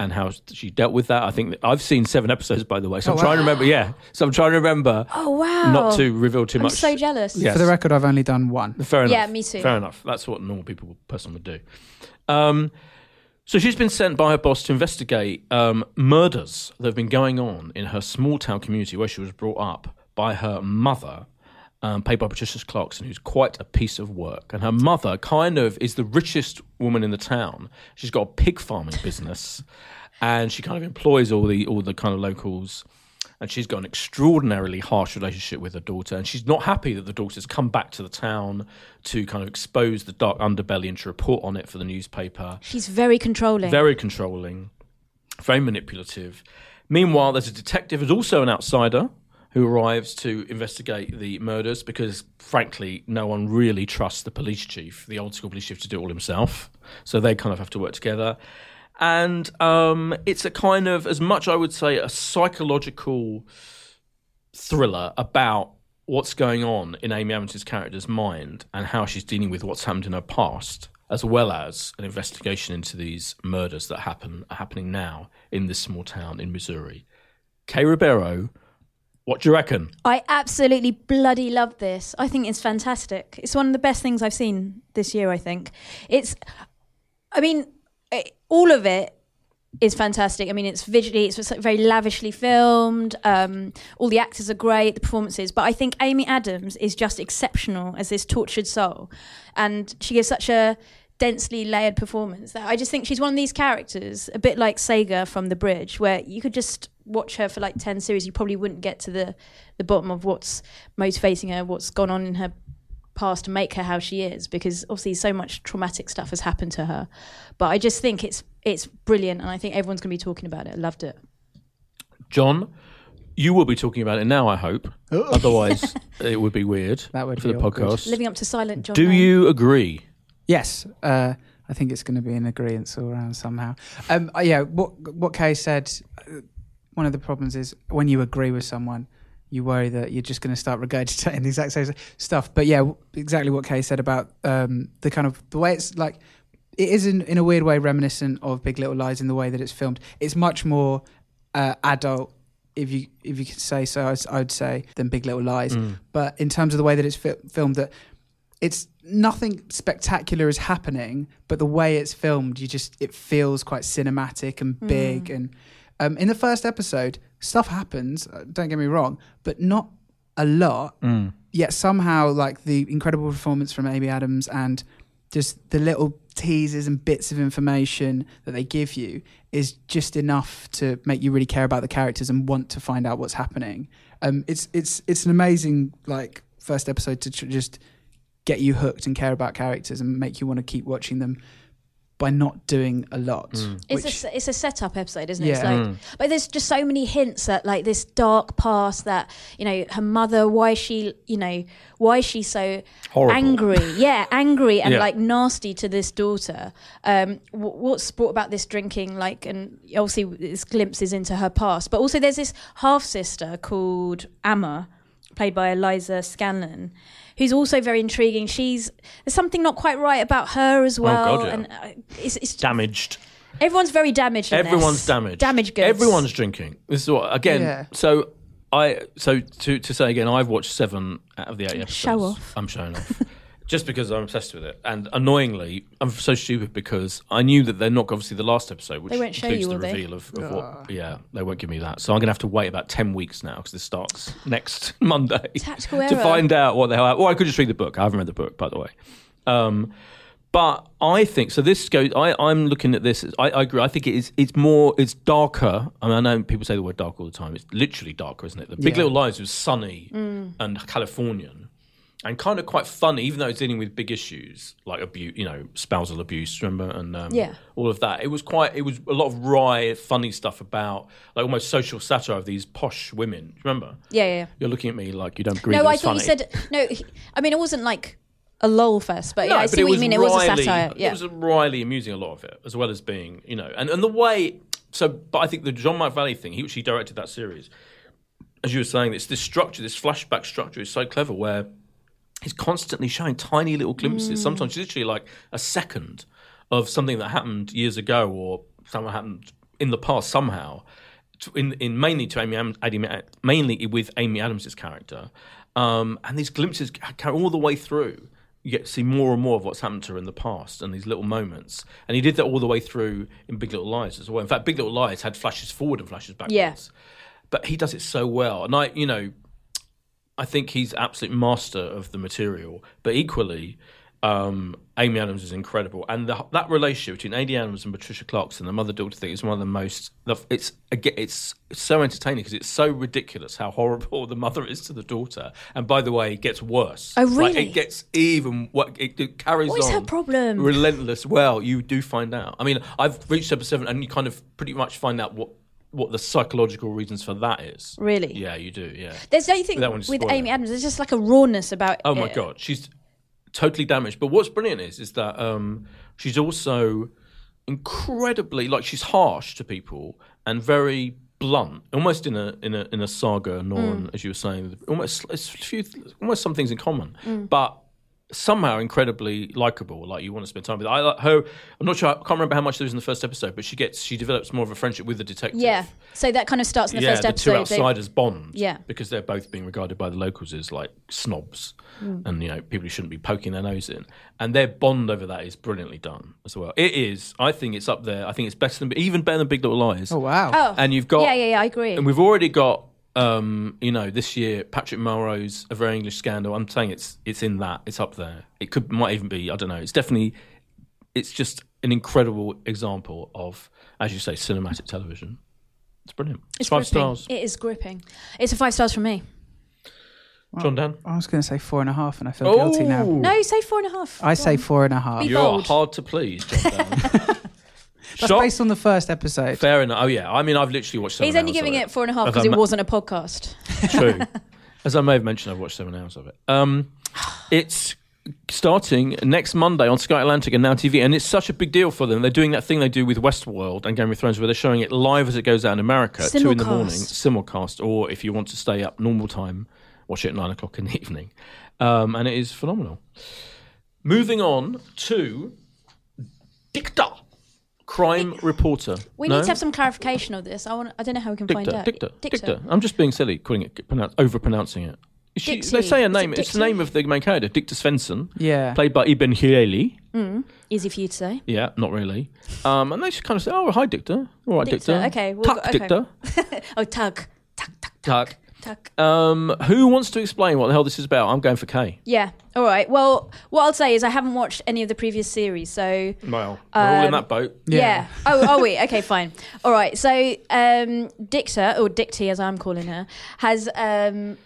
and how she dealt with that. I think that, I've seen seven episodes, by the way, so I'm
wow.
trying to remember. Yeah, so I'm trying to remember
Oh, wow.
not to reveal too
I'm
much.
so jealous.
Yeah.
For the record, I've only done one.
Fair enough.
Yeah, me too.
Fair enough. That's what a normal people person would do. Um, so she's been sent by her boss to investigate um, murders that have been going on in her small town community where she was brought up by her mother, um, played by Patricia Clarkson, who's quite a piece of work. And her mother kind of is the richest woman in the town. She's got a pig farming business, and she kind of employs all the all the kind of locals and she's got an extraordinarily harsh relationship with her daughter and she's not happy that the daughter's come back to the town to kind of expose the dark underbelly and to report on it for the newspaper
She's very controlling.
very controlling very manipulative meanwhile there's a detective who's also an outsider who arrives to investigate the murders because frankly no one really trusts the police chief the old school police chief to do it all himself so they kind of have to work together and um, it's a kind of as much i would say a psychological thriller about what's going on in Amy Adams' character's mind and how she's dealing with what's happened in her past, as well as an investigation into these murders that happen are happening now in this small town in Missouri. Kay Ribeiro, what do you reckon?
I absolutely bloody love this. I think it's fantastic. It's one of the best things I've seen this year, I think. It's, I mean, it, all of it is fantastic. I mean, it's visually, it's very lavishly filmed. Um, all the actors are great, the performances. But I think Amy Adams is just exceptional as this tortured soul. And she gives such a densely layered performance that I just think she's one of these characters, a bit like Sega from The Bridge, where you could just watch her for like 10 series. You probably wouldn't get to the, the bottom of what's motivating her, what's gone on in her past to make her how she is because obviously so much traumatic stuff has happened to her but i just think it's it's brilliant and i think everyone's going to be talking about it I loved it
John, you will be talking about it now, I hope. Otherwise, it would be weird
That would
for
be
the
awkward.
podcast.
living up to silent john
Do
May.
you agree?
Yes, uh, I think it's going to be an agreement all around somehow. Um, uh, yeah, what what Kay said. uh, One of the problems is when you agree with someone, you worry that you're just going to start regurgitating the exact same stuff. But yeah, w- exactly what Kay said about um, the kind of the way it's like. It is in, in a weird way reminiscent of Big Little Lies in the way that it's filmed. It's much more uh, adult, if you if you could say so. I s- I would say than Big Little
Mm.
Lies. But in terms of the way that it's fi- filmed, that it's nothing spectacular is happening, but the way it's filmed, you just it feels quite cinematic and big. And um, in the first episode, stuff happens. uh, Don't get me wrong, but not a lot. Yet somehow, like the incredible performance from Amy Adams and just the little teasers and bits of information that they give you is just enough to make you really care about the characters and want to find out what's happening. Um, it's it's it's an amazing like first episode to tr- just get you hooked and care about characters and make you want to keep watching them by not doing a lot.
it's a
which-
s- it's a setup episode, isn't it? It's
Yeah.
Mm.
like, but there's just so many hints at like this dark past that you know her mother. Why is she, you know, why is she so
Horrible.
angry? Yeah, angry and
Yeah.
like nasty to this daughter. Um, wh- what's brought about this drinking? Like, and obviously this glimpses into her past, but also there's this half sister called Amma. played by Eliza Scanlon, who's also very intriguing. She's there's something not quite right about her as well,
Oh, God, yeah.
and uh, it's, it's
Damaged.
everyone's very damaged. in this.
Everyone's damaged.
Damaged goods.
Everyone's drinking. This is what again.
Yeah.
So I so to to say again, I've watched seven out of the eight episodes.
Show off.
I'm showing off. Just because I'm obsessed with it, and annoyingly, I'm so stupid because I knew that they're not obviously the last episode, which
They won't show
includes
you,
the
will they?
reveal of, of what. Yeah, they won't give me that, so I'm gonna have to wait about ten weeks now because this starts next Monday
Tactical
to
error.
find out what the hell. Or I could just read the book. I haven't read the book, by the way. Um, but I think so. This goes. I, I'm looking at this. as- I, I agree. I think it is. It's more. It's darker. I mean, I know people say the word dark all the time. It's literally darker, isn't it? The Big
Yeah.
Little Lies was sunny and Californian, and kind of quite funny, even though it's dealing with big issues like abuse, you know, spousal abuse. Remember and um,
Yeah.
all of that. It was quite. It was a lot of wry, funny stuff about like almost social satire of these posh women. Remember?
Yeah, yeah. yeah.
You're looking at me like you don't agree.
No,
that
I
it's
thought you
funny.
said no. he- I mean, it wasn't like a lol fest, but yeah, I
but
see what you mean. it was a
wryly-
satire. Yeah,
It was Riley amusing a lot of it, as well as being, you know, and, and the way. So, but I think the John Mike Valley thing, he actually directed that series. As you were saying, it's this structure, this flashback structure is so clever where he's constantly showing tiny little glimpses, sometimes literally like a second of something that happened years ago or something happened in the past somehow. to- In, in mainly to Amy, Am- Amy, mainly with Amy Adams's character, um, and these glimpses carry all the way through. You get to see more and more of what's happened to her in the past and these little moments, and he did that all the way through in Big Little Lies as well. In fact, Big Little Lies had flashes forward and flashes backwards,
Yeah.
but he does it so well. And I, you know, I think he's absolute master of the material. But equally, um, Amy Adams is incredible, and the, that relationship between Amy Adams and Patricia Clarkson, the mother-daughter thing, is one of the most. the- It's again, it's so entertaining because it's so ridiculous how horrible the mother is to the daughter, and by the way, it gets worse.
Oh,
Like,
really?
it gets even. What it, it carries
What is
on.
her problem?
Relentless. Well, you do find out. I mean, I've reached episode seven, and you kind of pretty much find out what what the psychological reasons for that is.
really.
Yeah, you do. Yeah.
There's anything
That one's
with
spoiler.
Amy Adams. There's just like a rawness about.
Oh my
it.
god, she's totally damaged. But what's brilliant is is that um, she's also incredibly like she's harsh to people and very blunt, almost in a in a in a saga. Norn,
Mm.
as you were saying, almost it's few, almost some things in common,
Mm.
but somehow incredibly likable. Like you want to spend time with. I like her. I'm not sure. I can't remember how much there is in the first episode, but she gets she develops more of a friendship with the detective
Yeah. So that kind of starts in the
yeah,
first
the
episode.
two
They-
outsiders bond.
Yeah.
because they're both being regarded by the locals as like snobs, and you know people who shouldn't be poking their nose in. And their bond over that is brilliantly done as well. It is. I think it's up there. I think it's better than even better than Big Little Lies.
Oh wow.
Oh.
And you've got
Yeah, yeah, yeah. I agree.
and we've already got, um, you know, this year Patrick Melrose, a very English scandal. I'm saying it's it's in that. It's up there. It could might even be. I don't know. It's definitely. It's just an incredible example of, as you say, cinematic television. It's brilliant. It's, five
gripping.
stars.
It is gripping. It's a five stars from me.
John Dan.
I was going to say four and a half, and I feel guilty now.
No, say four and a half.
I say four and a half.
Be
you are
bold.
hard to please, John Dan.
That's
Shot-
based on the first episode.
Fair enough. Oh yeah. I mean, I've literally watched. Seven
He's only
hours
giving
of
it four and a half
Of
because
a
it
ma-
wasn't a podcast.
True. As I may have mentioned, I've watched seven hours of it. Um, it's starting next Monday on Sky Atlantic and Now TV, and it's such a big deal for them. They're doing that thing they do with Westworld and Game of Thrones, where they're showing it live as it goes out in America, two in the morning, simulcast, or if you want to stay up normal time, watch it at nine o'clock in the evening. Um, and it is phenomenal. Moving on to Dicta, crime reporter.
We
No?
need to have some clarification of this. I want. I don't know how we can find
Dicta,
out.
Dicta, Dicta. I'm just being silly, calling it pronounce, over-pronouncing it. She,
Dixie.
they say her
Is it
name. It's the
Dixie?
name of the main character, Dicta Svensson,
Yeah.
played by Ibn Hireli.
Easy for you to say.
Yeah, not really. Um, and they just kind of say, "Oh, hi, Dicta. All right,
Dicta,
Dicta.
okay, we've
Tuck,
got- okay.
Dicta.
Oh, tug, tug, tug,
Tuck.
tug.
Um, who wants to explain what the hell this is about? I'm going for K.
Yeah. All right. Well, what I'll say is I haven't watched any of the previous series, so
Well, we're all in
Um,
that boat.
Yeah.
Yeah. Oh, are we? Okay, fine. All right. So, um, Dicta, or Dicty as I'm calling her, has. Um,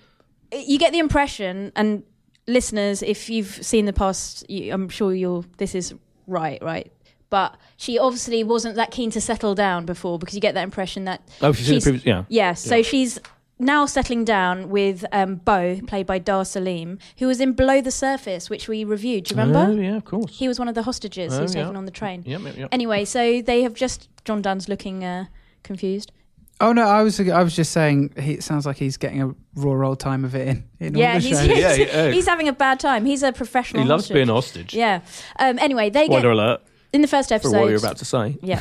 you get the impression, and listeners, if you've seen the past, you, I'm sure you'll. This is right, right? But she obviously wasn't that keen to settle down before because you get that impression that.
Oh, if you've seen the
she's-
previous- yeah.
Yeah. So she's now settling down with um, Bo, played by Dar Salim, who was in Below the Surface, which we reviewed. Do you remember?
Oh, yeah, of course.
He was one of the hostages who was
Oh, yeah.
taken on the train.
Yep, yep, yep.
Anyway, so they have just John Dunn's looking uh, confused.
Oh no, I was I was just saying. He, it sounds like he's getting a raw old time of it in. in
yeah,
all the
he's,
shows.
he's,
Yeah, yeah.
he's having a bad time. He's a
He
professional.
loves
hostage.
being a hostage.
Yeah. Um, anyway, they
Spoiler
get
alert
in the first
for
episode.
what you're about to say.
Yeah.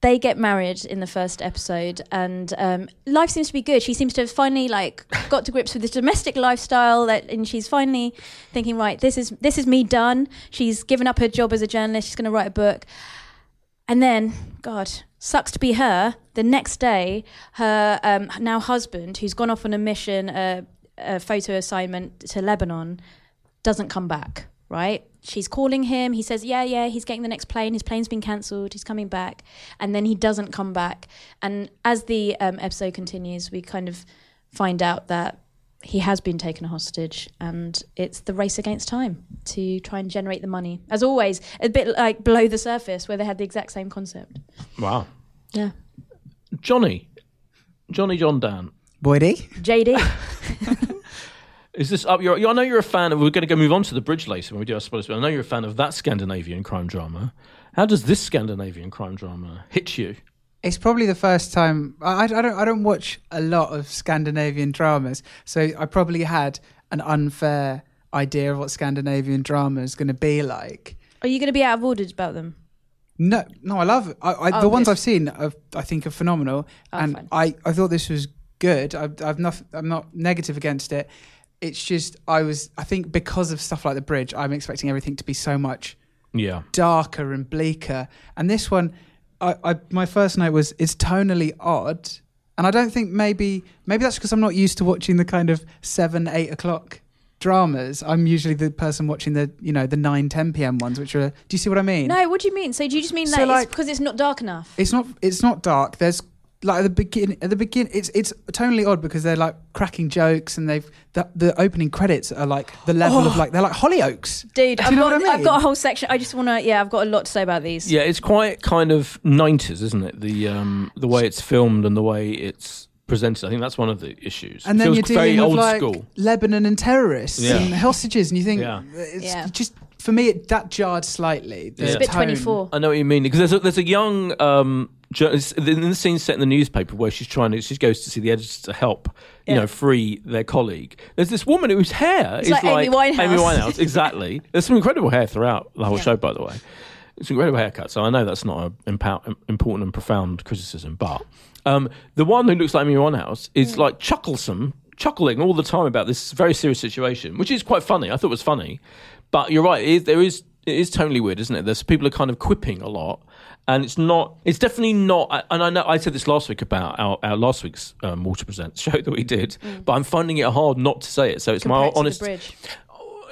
They get married in the first episode, and um, life seems to be good. She seems to have finally like got to grips with this domestic lifestyle, that, and she's finally thinking, right, this is this is me done. She's given up her job as a journalist. She's going to write a book, and then God sucks to be her. The next day, her um, now husband, who's gone off on a mission, a, a photo assignment to Lebanon, doesn't come back, right? She's calling him. He says, Yeah, yeah, he's getting the next plane. His plane's been cancelled. He's coming back. And then he doesn't come back. And as the um, episode continues, we kind of find out that he has been taken hostage and it's the race against time to try and generate the money. As always, a bit like below the surface where they had the exact same concept.
Wow.
Yeah.
Johnny, Johnny John Dan.
Boydie.
JD.
Is this up your? I know you're a fan. of... We're going to go move on to the bridge later when we do our spoilers. But I know you're a fan of that Scandinavian crime drama. How does this Scandinavian crime drama hit you?
It's probably the first time I, I don't I don't watch a lot of Scandinavian dramas, so I probably had an unfair idea of what Scandinavian drama is going to be like.
Are you going to be out of order about them?
No, no, I love I, I,
Oh,
the ones
good.
I've seen. I've, I think are phenomenal,
Oh,
and
fine.
I, I thought this was good. I, I've not I'm not negative against it. It's just I was I think because of stuff like the bridge, I'm expecting everything to be so much
Yeah.
darker and bleaker. And this one, I, I my first note was it's tonally odd, and I don't think maybe maybe that's because I'm not used to watching the kind of seven eight o'clock dramas. I'm usually the person watching the you know the nine ten p.m. ones, which are. Do you see what I mean?
No, what do you mean? So, do you just mean
So,
that it's
like-
because it's not dark enough?
It's not. It's not dark. There's like at the begin. At the begin, it's it's totally odd because they're like cracking jokes, and they've the, the opening credits are like the level of like they're like Hollyoaks.
Dude,
Do
I've,
you know
got,
what I mean?
have got a whole section. I just want to, yeah, I've got a lot to say about these.
Yeah, it's quite kind of nineties, isn't it? The um the way it's filmed and the way it's presented. I think that's one of the issues.
And
it
then
feels
you're
very
dealing with
old
like
school.
Lebanon and terrorists
Yeah.
and hostages, and you think
Yeah.
it's
Yeah.
just for me it, that jarred slightly.
It's
the
a
It's a bit
tone.
24.
I know what you mean because there's a, there's a young um jo- it's- in the scene set in the newspaper where she's trying to she goes to see the editors to help you
Yeah.
know free their colleague. There's this woman whose hair
It's
is
like Amy Winehouse.
Amy Winehouse exactly. there's some incredible hair throughout the whole
Yeah.
show, by the way. It's an incredible haircut, so I know that's not an impo- important and profound criticism, but um, the one who looks like Amy Winehouse
Mm.
is like chucklesome, chuckling all the time about this very serious situation, which is quite funny. I thought it was funny, but you're right. It is, there is it is totally weird, isn't it? There's people are kind of quipping a lot, and it's not. It's definitely not. I- And I know I said this last week about our, our last week's um, Water Presents show that we did, but I'm finding it hard not to say it. So it's
Mm. compared
my
to the
honest
bridge.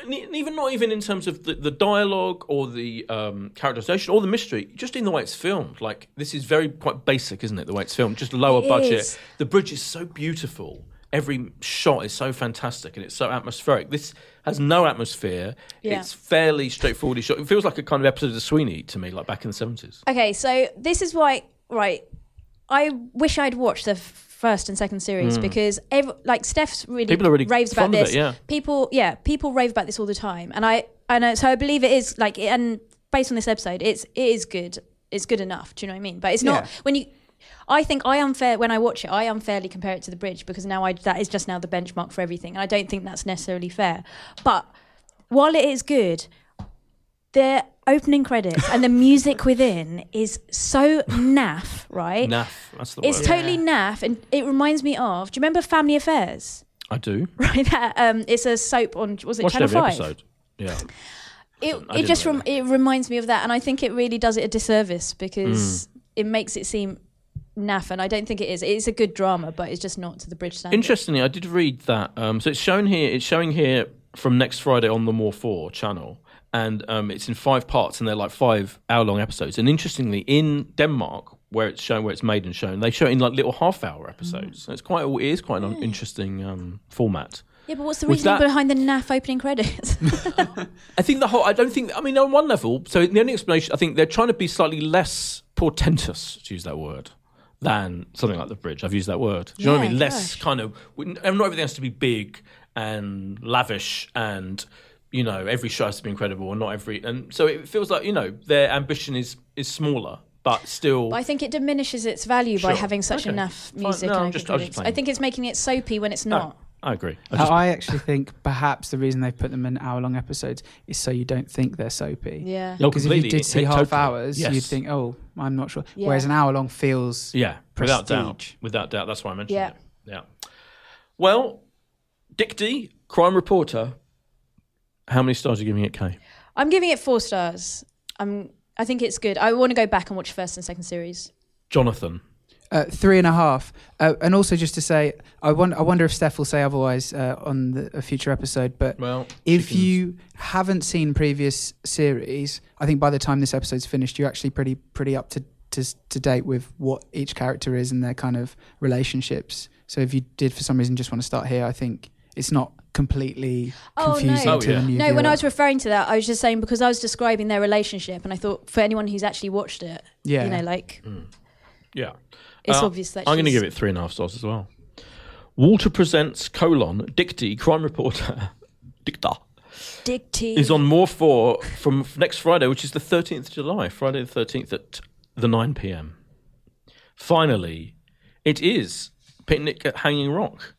and e- and even not even in terms of the, the dialogue or the um, characterization or the mystery, just in the way it's filmed. Like this is very quite basic, isn't it? The way it's filmed, just lower
It
budget.
is.
The bridge is so beautiful. Every shot is so fantastic and it's so atmospheric. This has no atmosphere.
Yeah.
It's fairly straightforwardly shot. It feels like a kind of episode of Sweeney to me, like back in the seventies.
Okay, so this is why, right? I wish I'd watched the f- first and second series because, ev like, Steph's really
Hmm. People are really
raves about
fond of it,
this.
yeah.
people, yeah, people rave about this all the time, and I, I know. So I believe it is like, and based on this episode, it's it is good. It's good enough. Do you know what I mean? But it's not
Yeah.
when you. I think I unfair when I watch it. I unfairly compare it to the bridge because now I that is just now the benchmark for everything, and I don't think that's necessarily fair. But while it is good, the opening credits and the music within is so naff, right?
Naff, that's the
It's
word.
totally naff, and it reminds me of. Do you remember Family Affairs?
I do.
Right, that um, it's a soap on. Was it
Watched
Channel
every
Five?
episode. Yeah.
It
I
it
didn't
just
know
rem- it reminds me of that, and I think it really does it a disservice because
Mm.
it makes it seem naff, and I don't think it is. It's a good drama, but it's just not to the bridge standard.
Interestingly, I did read that. Um, so it's shown here. It's showing here from next Friday on the More Four channel, and um, it's in five parts, and they're like five hour-long episodes. And interestingly, in Denmark, where it's shown, where it's made and shown, they show it in like little half-hour episodes. So it's quite. It is quite an interesting um, format.
Yeah, but what's the
Was
reasoning
that-
behind the naff opening credits?
I think the whole. I don't think. I mean, on one level, so the only explanation I think they're trying to be slightly less portentous, to use that word, than something like the bridge. I've used that word. Do you know what I
Yeah,
mean? Less
gosh.
kind of. wouldn't- and Not everything has to be big and lavish and. You know, every show has to be incredible, and not every, and so it feels like you know their ambition is is smaller, but still.
But I think it diminishes its value by
Sure.
having such
Okay.
enough
Fine.
music.
No,
and
I'm
I,
just-
think
I was
it
just
is. I
playing.
think it's making it soapy when it's
No,
not.
I agree. I
I,
just-
actually think perhaps the reason they've put them in hour long episodes is so you don't think they're soapy.
Yeah.
No,
Because if you
Oh, completely.
did
It-
see
it
half
totally-
hours,
yes.
you'd think, oh, I'm not sure.
Yeah.
Whereas an hour long feels.
Yeah, without doubt.
Prestige.
Without doubt. That's why I mentioned
Yeah.
it. Yeah. Well, Dick D, crime reporter. How many stars are you giving it, Kay?
I'm giving it four stars. I'm. I think it's good. I want to go back and watch first and second series.
Jonathan.
Uh, three and a half. Uh, and also, just to say, I, won- I wonder if Steph will say otherwise uh, on the, a future episode, but
Well,
if
she can-
you haven't seen previous series, I think by the time this episode's finished, you're actually pretty pretty up to, to to date with what each character is and their kind of relationships. So if you did for some reason just want to start here, I think it's not completely
Oh, no.
confusing
Oh,
to
yeah.
the new
No, when I
viewer.
was referring to that, I was just saying because I was describing their relationship, and I thought for anyone who's actually watched it,
yeah.
you know, like
Mm. Yeah.
it's
Uh,
obvious that
I'm going to
she's-
give it three and a half stars as well. Walter presents colon Dick D, crime reporter. Dick Da
Dig tea.
is on more four from f- next Friday, which is the 13th of July, Friday the 13th at the 9 p.m. Finally, it is Picnic at Hanging Rock.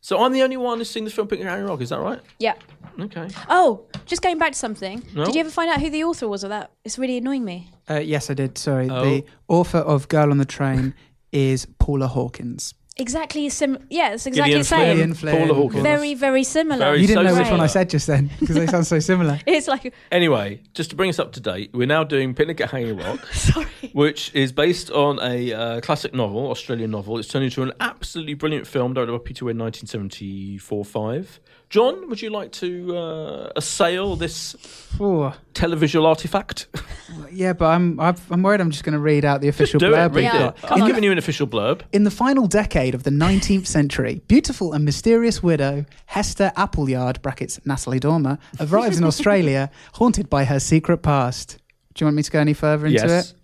So I'm the only one who's seen this film, Picnic at Hanging Rock. Is that right?
Yeah.
Okay.
Oh, just going back to something.
No?
Did you ever find out who the author was of that? It's really annoying me.
Uh, yes, I did. Sorry.
Oh.
The author of Girl on the Train is Paula Hawkins.
Exactly sim. Yeah, it's exactly
Gillian
the same.
Flynn,
Gillian Flynn,
Paula
of
Hawkins.
course.
Very, very similar.
Very
You didn't
so
know which one I
similar.
said just then because they sound so similar.
It's like
Anyway, just to bring us up to date, we're now doing Picnic at Hanging Rock,
sorry.
which is based on a uh, classic novel, Australian novel. It's turned into an absolutely brilliant film directed by Peter Weir in 1974-5. John, would you like to uh, assail this
Phew.
televisual artifact?
Yeah, but I'm I've, I'm worried. I'm just going to read out the official
Do it,
blurb.
read
we've
Yeah.
it.
got.
Come
I'm
on.
giving you an official blurb.
In the final decade of the 19th century, beautiful and mysterious widow Hester Appleyard (brackets Natalie Dormer) arrives in Australia, haunted by her secret past. Do you want me to go any further into
Yes,
it?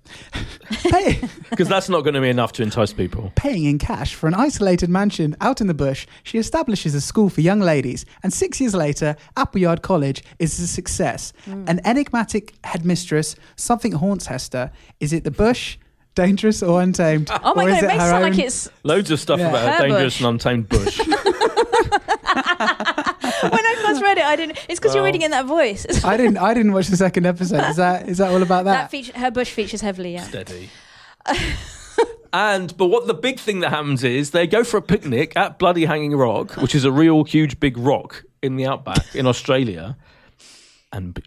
Pay-
because that's not going to be enough to entice people.
paying in cash for an isolated mansion out in the bush, she establishes a school for young ladies, and six years later, Appleyard College is a success.
Hmm.
An enigmatic headmistress, something haunts Hester. Is it the bush, dangerous or untamed?
Oh my
or
god,
is
it, makes it
her
sound
own-
like it's
Loads of stuff
Yeah.
about a
Her
dangerous
bush.
and untamed bush.
when I first read it, I didn't. It's because you're
Well.
reading it in that voice. That,
I didn't. I didn't watch the second episode. Is that is that all about that?
feature, her bush features heavily. Yeah.
Steady. and but what the big thing that happens is they go for a picnic at bloody Hanging Rock, which is a real huge big rock in the outback in Australia, and b-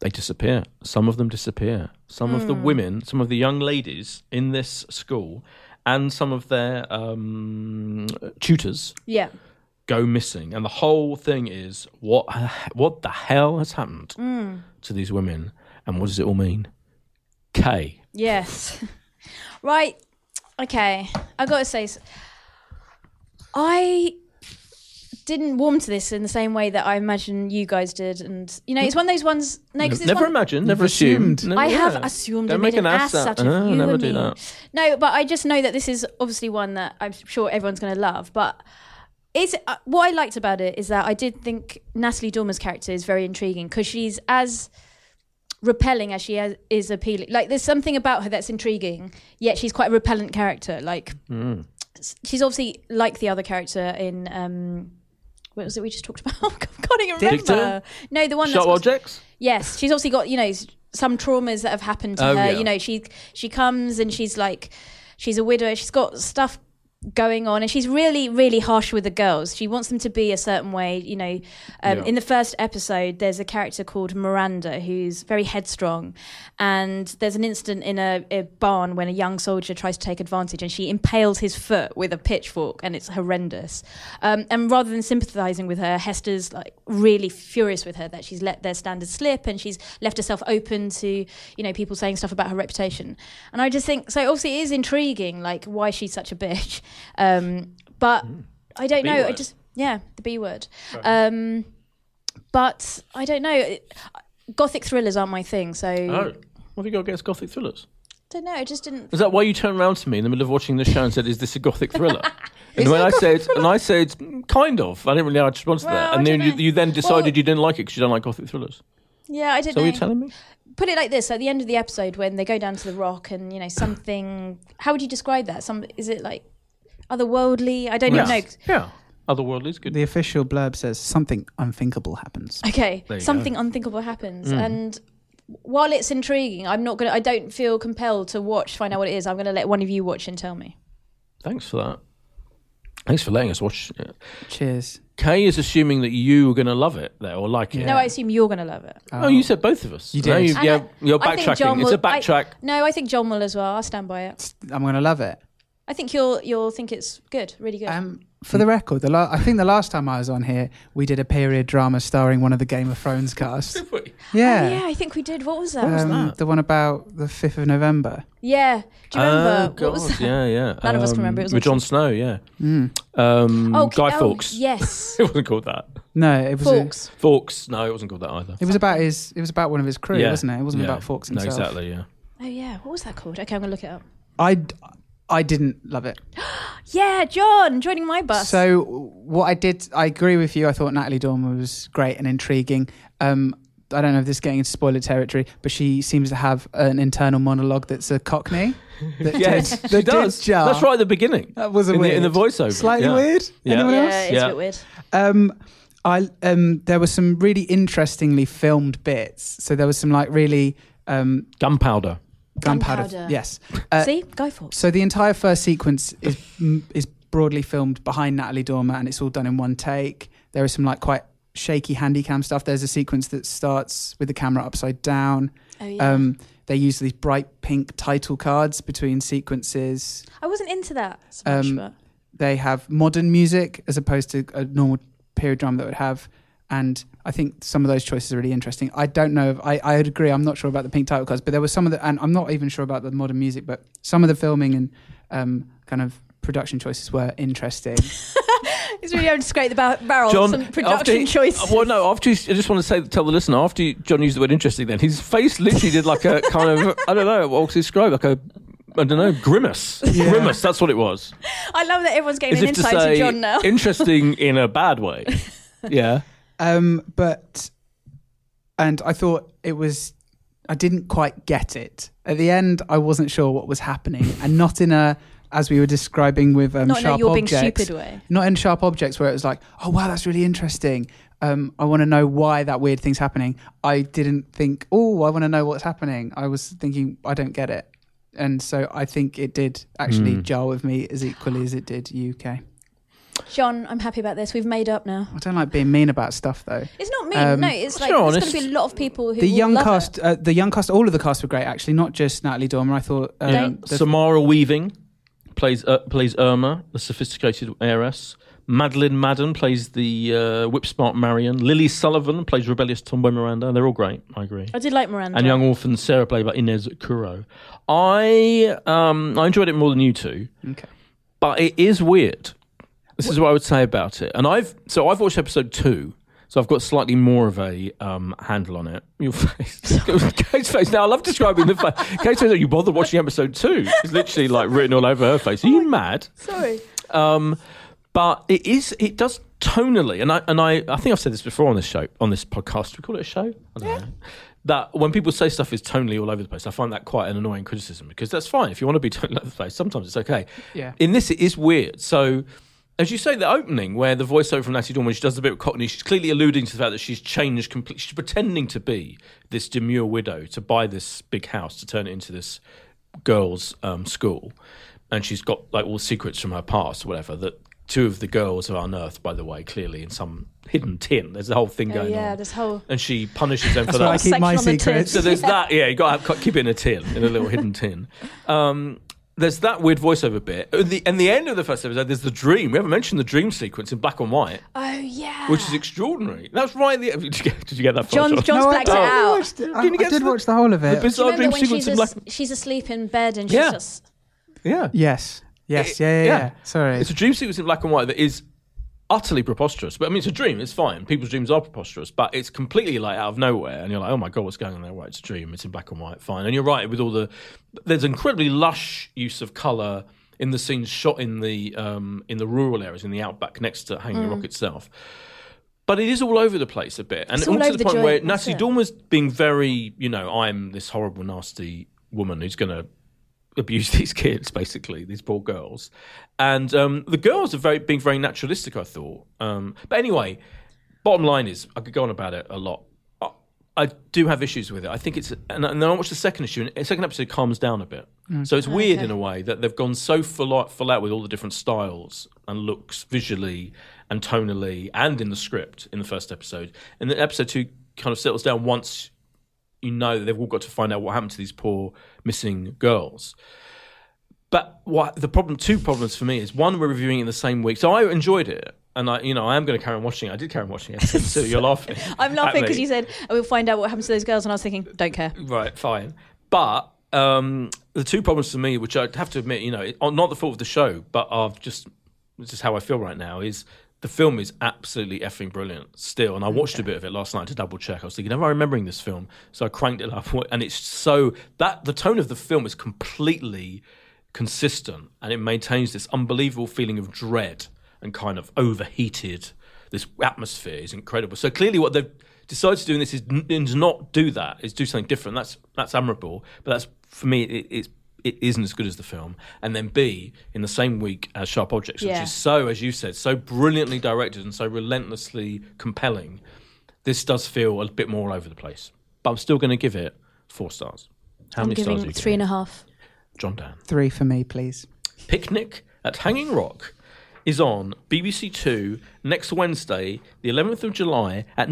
they disappear. Some of them disappear. Some of the women, some of the young ladies in this school, and some of their um, tutors
Yeah.
go missing, and the whole thing is what what the hell has happened to these women, and what does it all mean? K.
Yes. right. Okay. I got to say, s- I didn't warm to this in the same way that I imagine you guys did, and you know, it's one of those ones. No, 'cause it's
never
one-
imagined, never
assumed.
assumed. Never-
I have
yeah.
assumed
Don't
and
make
made an, ass, out of
uh,
you
never
and
do
me.
that.
No, but I just know that this is obviously one that I'm sure everyone's going to love. But it's uh, what I liked about it is that I did think Natalie Dormer's character is very intriguing because she's as repelling as she has, is appealing. Like there's something about her that's intriguing, yet she's quite a repellent character. Like
Hmm.
s- she's obviously like the other character in. Um, what was it we just talked about? I can't even
Dicta?
remember. No, the one that's
Sharp objects.
Yes, she's obviously got you know s- some traumas that have happened to
Oh,
her.
yeah.
You know, she she comes and she's like she's a widow. She's got stuff going on, and she's really really harsh with the girls. She wants them to be a certain way. You know, um,
Yeah.
in the first episode, there's a character called Miranda who's very headstrong, and there's an incident in a, a barn when a young soldier tries to take advantage, and she impales his foot with a pitchfork, and it's horrendous. Um, and rather than sympathising with her, Hester's like really furious with her that she's let their standards slip, and she's left herself open to you know people saying stuff about her reputation. And I just think so. Obviously, it is intriguing, like why she's such a bitch. Um, but I
Hmm.
don't
B
know. I
word.
just yeah, the B word. Um, but I don't know. It- Gothic thrillers aren't my thing, so
Oh. What have you got against gothic thrillers?
don't know. I just didn't.
Is that why you turned around to me in the middle of watching this show and said, "Is this a gothic thriller?"
Is
and when
it a
I said, and I said, "Mm, kind of. I didn't really know how to respond to
Well,
that.
I
And then
don't
you,
know.
you then decided
Well-
you didn't like it because you don't like gothic thrillers.
Yeah, I
Is
didn't
that what
know.
you're telling me?
Put it like this: at the end of the episode, when they go down to the rock, and you know something. How would you describe that? Some is it like otherworldly? I don't even know.
Yeah. Otherworldly is good.
The official blurb says something unthinkable happens.
Okay,
There you go. Mm.
something unthinkable happens, and while it's intriguing, I'm not gonna. I don't feel compelled to watch, find out what it is. I'm gonna let one of you watch and tell me.
Thanks for that. Thanks for letting us watch it.
Cheers.
Kay is assuming that you are going to love it there or like it.
No, I assume you're gonna love it.
oh, you said both of us.
You
Now
did.
you've-
And
yeah,
I-
you're
I think
backtracking.
John
it's
will-
a backtrack.
No, I think John will as well. I stand by it.
I'm gonna love it.
I think you'll you'll think it's good, really good.
Um, for the record, the la- I think the last time I was on here, we did a period drama starring one of the Game of Thrones cast.
Oh,
Yeah,
I think we did. What was that?
um,
that?
the one about the fifth of November.
yeah. Do you remember?
Oh,
what was
God,
that?
Yeah, yeah.
None of us can remember. It was
with
awful.
Jon Snow. Yeah.
Mm.
Um,
Oh,
Guy
oh,
Fawkes.
Yes.
It wasn't called that.
No, it was a-
Fawkes.
Fawkes. No, it wasn't called that either.
it was about his. It was about one of his crew,
yeah,
wasn't it? It wasn't
yeah.
about Fawkes himself.
No, exactly. Yeah.
Oh yeah. What was that called? Okay, I'm gonna look it up.
I, d- I didn't love it.
Yeah, John joining my bus.
So what I did, I agree with you. I thought Natalie Dormer was great and intriguing. Um, I don't know if this is getting into spoiler territory, but she seems to have an internal monologue that's a Cockney. That
Yes,
did- that
she
did
does.
jar.
That's right at the beginning.
That was a
in
weird.
the, in the voiceover.
Slightly
yeah.
weird.
Yeah.
Anyone
yeah,
else?
it's
Yeah.
a bit weird.
Um, I um, there were some really interestingly filmed bits. So there was some like really um,
Gunpowder.
gunpowder.
Gunpowder.
Yes. Uh,
See, Guy Fawkes.
So the entire first sequence is mm, is broadly filmed behind Natalie Dormer, and it's all done in one take. There is some like quite shaky handycam stuff. There's a sequence that starts with the camera upside down.
Oh yeah.
Um, they use these bright pink title cards between sequences.
I wasn't into that so much,
um,
but
They have modern music as opposed to a normal period drama that would have. And I think some of those choices are really interesting. I don't know. If, I I would agree. I'm not sure about the pink title cards, but there was some of the, and I'm not even sure about the modern music, but some of the filming and um, kind of production choices were interesting.
it's really hard to scrape the bar- barrel. some
after
production
he-
choice.
Well, no. After you, I just want to say, tell the listener. After you, John used the word interesting, then his face literally did like a kind of I don't know what was described like a I don't know grimace.
Yeah.
Grimace. That's what it was.
I love that everyone's getting
As
an
if to
insight to
say
John now.
interesting in a bad way. Yeah.
Um, but and I thought it was I didn't quite get it. At the end I wasn't sure what was happening and not in a as we were describing with um,
Not in a
sharp
you're being
objects.
stupid way.
Not in sharp objects where it was like, oh wow, that's really interesting. Um, I want to know why that weird thing's happening. I didn't think, oh, I want to know what's happening. I was thinking, I don't get it. And so I think it did actually jar with me as equally as it did UK. I
John, I'm happy about this. We've made up now.
don't like being mean about stuff though.
It's not mean.
Um,
no, it's like
you're
there's going
honest.
to be a lot of people who
the
will
young
love
cast,
It.
uh, the young cast, all of the cast were great actually, not just Natalie Dormer. I thought um,
Don't-
the-
Samara Weaving plays uh, plays Irma, the sophisticated heiress. Madeline Madden plays the uh, whip smart Marion. Lily Sullivan plays rebellious Tomboy Miranda. They're all great. I agree.
I did like Miranda.
and Young Orphan Sarah played by Inez Kuro. I um I enjoyed it more than you two,
okay.
but it is weird. This is what I would say about it. And I've so I've watched episode two, so I've got slightly more of a um handle on it. Your face, Kate's face. Now I love describing the face. Kate says that you bother watching episode two. It's literally like written all over her face. Are you mad?
Sorry.
Um, but it is it does tonally, and I and I, I think I've said this before on this show on this podcast. Do we call it a show? I don't know. That when people say stuff is tonally all over the place, I find that quite an annoying criticism because that's fine if you want to be tonally all over the place. Sometimes it's okay.
Yeah.
In this, it is weird. So. As you say, the opening where the voiceover from Natty Dawn, when she does the bit with Cockney, she's clearly alluding to the fact that she's changed completely. She's pretending to be this demure widow to buy this big house to turn it into this girls' um, school, and she's got like all secrets from her past, or whatever. That two of the girls are unearthed, by the way, clearly in some hidden tin. There's a whole thing
Oh,
going
yeah,
on,
this whole.
and she punishes them for
why I
that.
keep my
Section on the
secrets.
So
tin.
there's that. Yeah, you got to keep it in a tin, in a little hidden tin. Um, there's that weird voiceover bit. And the, and the end of the first episode, there's the dream. We haven't mentioned the dream sequence in black and white,
Oh yeah.
which is extraordinary. That's right. at The, did, you get, did you get that? far,
John's-
John?
John's blacked it
Oh,
out.
I watched it. I,
Didn't you
I
get
did
to the-
watch the whole of
The
it.
Do you
bizarre dream
remember when
sequence
she's,
in
as-
black.
she's asleep in bed and she's
Yeah.
just
Yeah.
yes, yes, yeah, yeah. yeah.
yeah.
Sorry,
It's a dream sequence in black and white that is utterly preposterous. But I mean, it's a dream. It's fine. People's dreams are preposterous, but it's completely like out of nowhere, and you're like, oh my god, what's going on there? Right, it's a dream. It's in black and white. Fine. And you're right with all the. There's incredibly lush use of color in the
Mm.
scenes shot in the um, in the rural areas in the outback next to Hanging Rock itself. But it is all over the place a bit, and
It's all
to
over
the
the
point
joint,
where
that's
Nancy
it.
Dormer's being very, you know, I'm this horrible, nasty woman who's going to abuse these kids, basically, these poor girls. And um, the girls are very being very naturalistic, I thought. Um, but anyway, bottom line is, I could go on about it a lot. I, I do have issues with it. I think it's, and, and then I watched the second issue, and the second episode calms down a bit. So it's weird in a way that they've gone so full out, full out with all the different styles and looks visually and tonally and in the script in the first episode. And then episode two kind of settles down once you know that they've all got to find out what happened to these poor missing girls. But what the problem, two problems for me is one, we're reviewing it in the same week, so I enjoyed it, and I, you know, I am going to carry on watching it. I did carry on watching it, so you're laughing.
I'm laughing
at
because
me.
you said "Oh, we'll find out what happens to those girls, and I was thinking, don't care.
right, fine. But um, the two problems for me, which I have to admit, you know, it- are not the fault of the show, but are just this is how I feel right now. Is the film is absolutely effing brilliant still, and I watched a bit of it last night to double check. I was thinking, am I remembering this film? So I cranked it up, and it's so that the tone of the film is completely consistent, and it maintains this unbelievable feeling of dread and kind of overheated. This atmosphere is incredible. So clearly, what they've decided to do in this is, n- is not do that. Is do something different. That's that's admirable, but that's for me, it, it's it isn't as good as the film. And then B, in the same week as Sharp Objects,
Yeah.
which is so, as you said, so brilliantly directed and so relentlessly compelling. This does feel a bit more all over the place, but I'm still going to give it four stars. How
I'm
many stars? Are
giving
you
three
giving
and
it?
a half.
John Dan.
Three for me, please.
Picnic at Hanging Rock is on BBC Two next Wednesday, the 11th of July at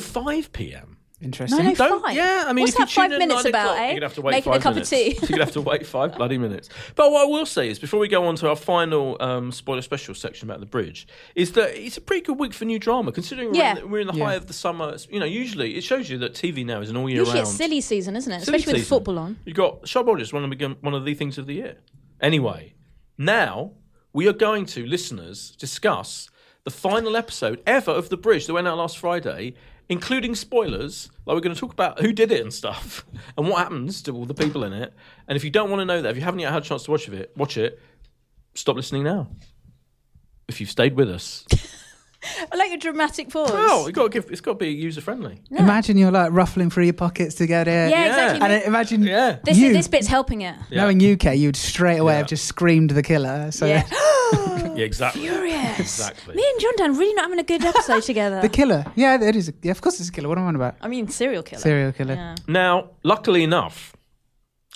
9:05 p.m.
Interesting.
No, no,
Don't,
Five?
yeah, I mean,
What's
if you
that
tune
five
in at
minutes
nine
about,
o'clock,
eh?
You're gonna have to wait
Making
five
a cup of
minutes.
tea.
you're gonna have to wait five bloody minutes. But what I will say is, before we go on to our final um, spoiler special section about the bridge, is that it's a pretty good week for new drama, considering
Yeah.
we're, in, we're in the high of the summer. It's- You know, usually it shows you that TV now is an all-year
Usually
round.
it's silly season, isn't it?
silly
Especially with
season.
football on.
You've got Sharp Rogers, one of the one of the things of the year. Anyway, now we are going to listeners discuss the final episode ever of The Bridge that went out last Friday, including spoilers. Like we're going to talk about who did it and stuff, and what happens to all the people in it. And if you don't want to know that, if you haven't yet had a chance to watch it, watch it. Stop listening now. If you've stayed with us,
I like your dramatic pause.
well, you got to give. It's got to be user friendly.
Imagine you're like ruffling through your pockets to get
yeah,
it.
yeah.
exactly.
And I- imagine
Yeah.
this,
you,
this bit's helping it.
knowing UK, you'd straight away
Yeah.
have just screamed the killer. So
Yeah.
Yeah, exactly.
Furious.
Exactly.
Me and John Dan really not having a good episode together.
the killer. Yeah, it is. A, yeah, of course it's a killer. What am I on about?
I mean, serial killer.
Serial killer.
Yeah.
Now, luckily enough,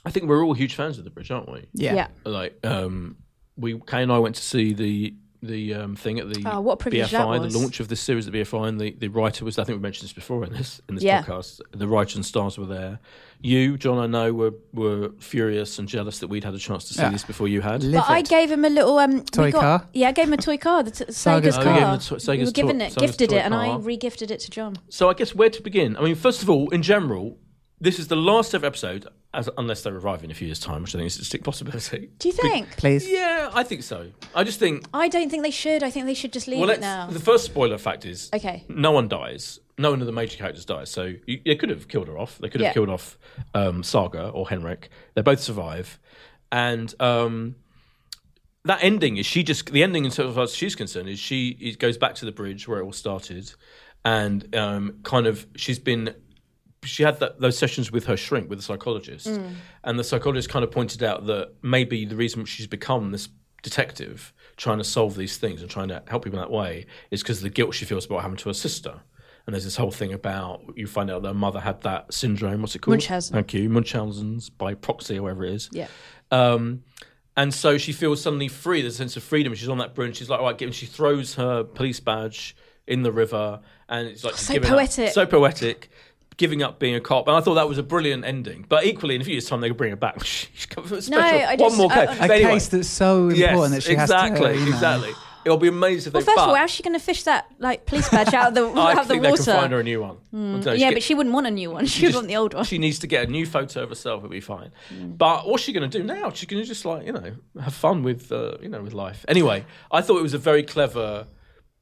I think we're all huge fans of the bridge, aren't we?
Yeah.
Yeah.
Like, um, we Kay and I went to see the the um, thing at the
Oh, what a privilege
BFI,
that was.
the launch of the series at BFI, and the, the writer was. I think we mentioned this before in this in this
Yeah.
podcast. The writer and stars were there. You, John, I know were were furious and jealous that we'd had a chance to see
Yeah.
this before you had.
Live
But I
it.
gave him a little um, we
Toy
got-
car?
Yeah, I gave him a toy car, the t-
Saga's
Sega's
Oh,
car.
you gave him the toy- Sega's
we were given
toy-
it,
Sega's
gifted
toy
it, and I
car.
re-gifted it to John.
So I guess where to begin? I mean, first of all, in general, this is the last ever episode, as unless they revive in a few years' time, which I think is a distinct possibility.
Do you think?
Please.
Yeah, I think so. I just think
I don't think they should. I think they should just leave
Well,
it
let's,
now.
the first spoiler fact is
Okay.
no one dies. No one of the major characters dies. So you, they could have killed her off. They could have
Yeah.
killed off um, Saga or Henrik. They both survive, and um, that ending is she just the ending. As far as she's concerned, is she it goes back to the bridge where it all started, and um, kind of she's been she had that, those sessions with her shrink, with the psychologist,
Mm.
and the psychologist kind of pointed out that maybe the reason she's become this detective, trying to solve these things and trying to help people that way, is because the guilt she feels about what happened to her sister. And there's this whole thing about you find out that her mother had that syndrome. What's it called?
Munchausen.
Thank you, Munchausen's by proxy or whatever it is.
Yeah.
Um, and so she feels suddenly free. There's a sense of freedom. She's on that bridge. She's like, all right, give. She throws her police badge in the river, and it's like she's
So
giving
poetic.
Up, so poetic, giving up being a cop. And I thought that was a brilliant ending. But equally, in a few years' time, they could bring her back. She's got a special.
I
one
just-
more
I-
case.
A
But anyway,
case that's so important
yes,
that she
exactly,
has to. you know.
exactly. It'll be amazing if
well,
they.
first of
but Oh,
all, how's she going to fish that like police badge out of the
I
out of the
think
water? Hmm.
they can find her a new one. I don't know, she
yeah,
get-
but she wouldn't want a new one. She would
just-
want the old one. Mm.
She needs to get a new photo of herself. It'll be fine. But what's she going to do now? She's going to just like you know have fun with uh, you know with life. Anyway, I thought it was a very clever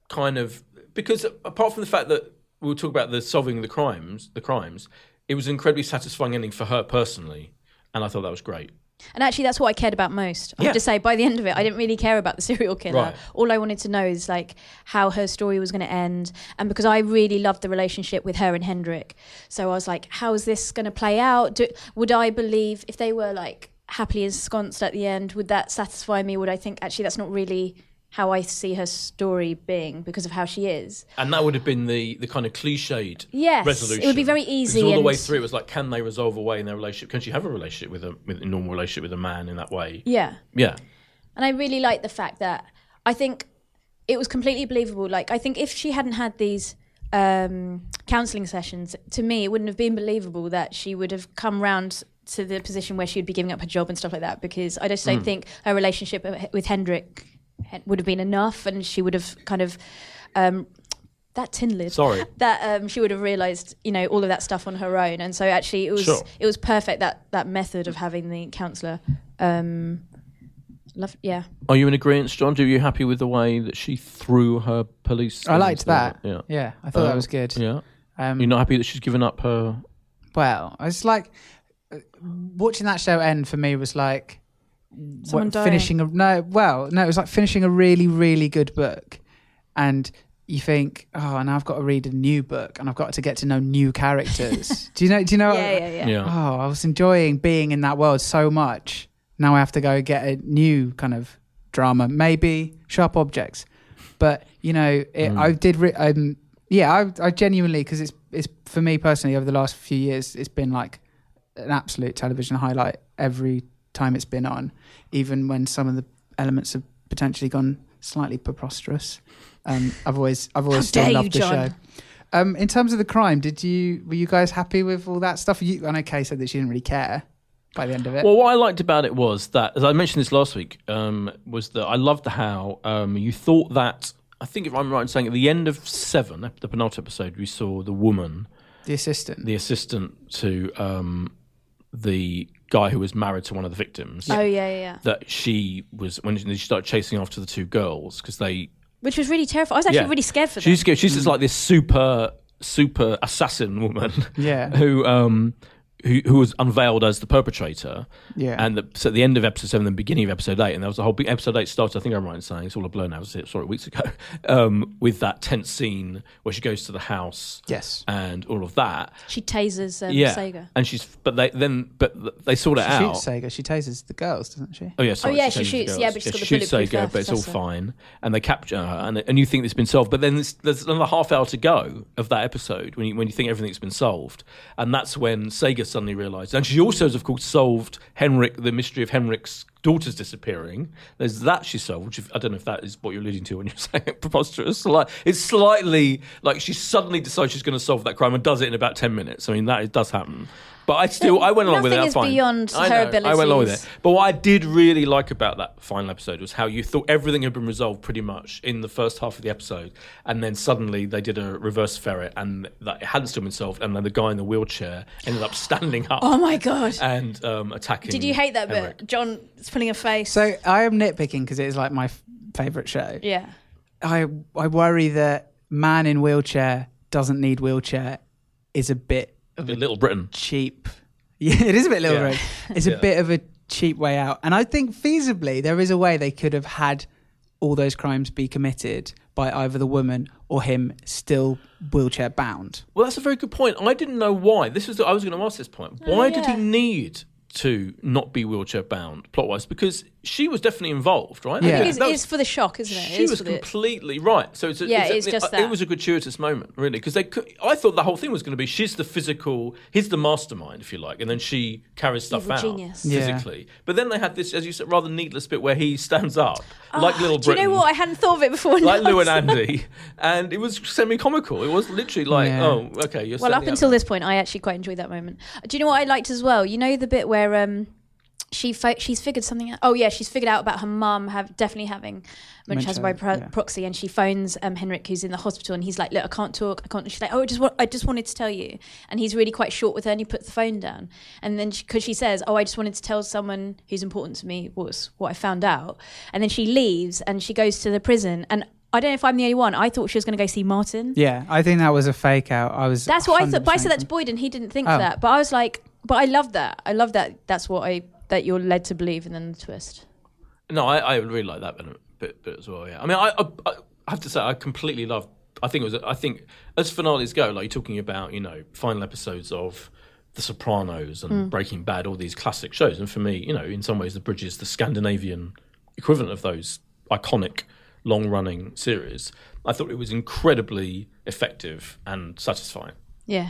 kind of because apart from the fact that we'll talk about the solving the crimes, the crimes, it was an incredibly satisfying ending for her personally, and I thought that was great.
And actually, that's what I cared about most. I
Yeah.
have to say, by the end of it, I didn't really care about the serial killer.
Right.
All I wanted to know is like how her story was going to end, and because I really loved the relationship with her and Hendrik, so I was like, how is this going to play out? Do, would I believe if they were like happily ensconced at the end? Would that satisfy me? Would I think actually that's not really how I see her story being because of how she is?
And that would have been the, the kind of cliched
Yes,
resolution.
it would be very
Because
easy
all the
and-
way through, it was like, can they resolve away in their relationship? Can she have a relationship with a, with a normal relationship with a man in that way?
Yeah.
Yeah.
And I really like the fact that I think it was completely believable. Like I think if she hadn't had these um, counselling sessions, to me, it wouldn't have been believable that she would have come round to the position where she'd be giving up her job and stuff like that. Because I just don't
Hmm.
think her relationship with Hendrik Hen- would have been enough, and she would have kind of. Um, that tin lid.
Sorry.
That um, she would have realised, you know, all of that stuff on her own, and so actually it was
Sure.
it was perfect that that method of having the counsellor. Um, love, yeah.
Are you in agreement, John? Are you happy with the way that she threw her police?
I liked
things
that.
there?
Yeah, I thought that was good.
uh, Yeah. Yeah.
Um,
You're not happy that she's given up her.
Well, it's like uh, watching that show end for me was like w-
Someone dying.
finishing a no. Well, no, it was like finishing a really, really good book, and you think, oh, now I've got to read a new book, and I've got to get to know new characters. do you know? Do you know?
yeah, yeah, yeah.
Yeah.
Oh, I was enjoying being in that world so much. Now I have to go get a new kind of drama, maybe sharp objects, but you know, it, I did. Re- um, yeah, I, I genuinely because it's it's for me personally over the last few years, it's been like an absolute television highlight every time it's been on, even when some of the elements have potentially gone slightly preposterous. Um, I've always I've always
How
still
dare you,
loved the
John.
show. Um, in terms of the crime, did you were you guys happy with all that stuff? You, I know Kay said that she didn't really care by the end of it.
Well, what I liked about it was that, as I mentioned this last week, um, was that I loved how um, you thought that. I think if I'm right in saying at the end of seven, the penultimate episode, we saw the woman
the assistant.
the assistant to um, the guy who was married to one of the victims.
Oh yeah, yeah, yeah.
That she was when she started chasing after the two girls because they.
Which was really terrifying. I was actually
yeah.
really scared for
She's
this.
scared. She's just like this super super assassin woman.
Yeah.
who um who who was unveiled as the perpetrator.
Yeah.
And the, so at the end of episode seven, the beginning of episode eight, and there was a whole big episode eight started. I think I'm right in saying it's all a blur now. It was sorry weeks ago. Um, with that tense scene where she goes to the house.
Yes.
And all of that.
She tasers um,
yeah,
Sega.
and she's but they then but th- they sort it
She
out.
shoots Sega. She tases the girls, doesn't she?
Oh yeah, sorry,
yeah,
says
she
it's
shoots,
girls.
yeah, but she's got the
she shoots
bulletproof
Sega, but it's all
vest, that's
fine, and they capture her, and, and you think it's been solved, but then there's, there's another half hour to go of that episode when you, when you think everything's been solved, and that's when Sega suddenly realised, and she also has of course solved Henrik, the mystery of Henrik's daughter's disappearing. There's that she solved, which if, I don't know if that is what you're alluding to when you're saying preposterous. Like it's slightly like she suddenly decides she's going to solve that crime and does it in about ten minutes. I mean that it does happen. But I still, I went along with it.
Nothing
I'm
is
fine.
beyond
I
her
know, I went along with it.
abilities.
But what I did really like about that final episode was how you thought everything had been resolved pretty much in the first half of the episode, and then suddenly they did a reverse ferret, and that it hadn't still been solved, and then the guy in the wheelchair ended up standing up
Oh my god!
and um, attacking.
Did you hate that
Henrik.
bit? John's pulling a face.
So I am nitpicking because it is like my f- favorite show.
yeah.
I I worry that man in wheelchair doesn't need wheelchair is a bit of a
In Little Britain.
cheap. Yeah, it is a bit little
Yeah.
road. It's a bit of a cheap way out, and I think feasibly there is a way they could have had all those crimes be committed by either the woman or him still wheelchair bound.
Well, that's a very good point. I didn't know why. This was I was going to ask this point. Why did he
Oh, yeah.
need? To not be wheelchair bound plot wise, because she was definitely involved, right?
Yeah.
It
That
is,
That was-
it's for the shock, isn't it? It
She
is
was
for the-
completely right. So it's a,
Yeah,
a- uh,
it's just
it,
that.
was a gratuitous moment, really, because they. Could, I thought the whole thing was going to be she's the physical, he's the mastermind, if you like, and then she carries stuff
Evil
out
genius.
Yeah.
physically. But then they had this, as you said, rather needless bit where he stands up like little
Ah, Do you
Britain.
know what? I hadn't thought of it before.
Like
now.
Lou and Andy, and it was semi-comical. It was literally like,
Yeah.
oh, okay, you're
well, up
standing
until this point, I actually quite enjoyed that moment. Uh, Do you know what I liked as well? You know the bit where um, she fi- she's figured something out. Oh yeah, she's figured out about her mum have definitely having Munchausen by pro-
Munchausen, yeah.
proxy, and she phones um, Henrik who's in the hospital, and he's like, "Look, I can't talk. I can't." She's like, "Oh, I just wa- I just wanted to tell you," and he's really quite short with her, and he puts the phone down, and then because she, says, "Oh, I just wanted to tell someone who's important to me what's what I found out," and then she leaves and she goes to the prison, and I don't know if I'm the only one. I thought she was going to go see Martin.
Yeah, I think that was a fake out. I was.
That's what I thought. But I
100%
said that's Boyd, and he didn't think
Oh.
that. But I was like, but I love that. I love that. That's what I. that you're led to believe, and then the twist.
No, I, I would really like that bit, bit, bit as well. Yeah, I mean, I, I, I have to say, I completely love. I think it was. I think as finales go, like you're talking about, you know, final episodes of The Sopranos
Hmm.
and Breaking Bad, all these classic shows. And for me, you know, in some ways, The Bridge is the Scandinavian equivalent of those iconic, long-running series. I thought it was incredibly effective and satisfying.
Yeah.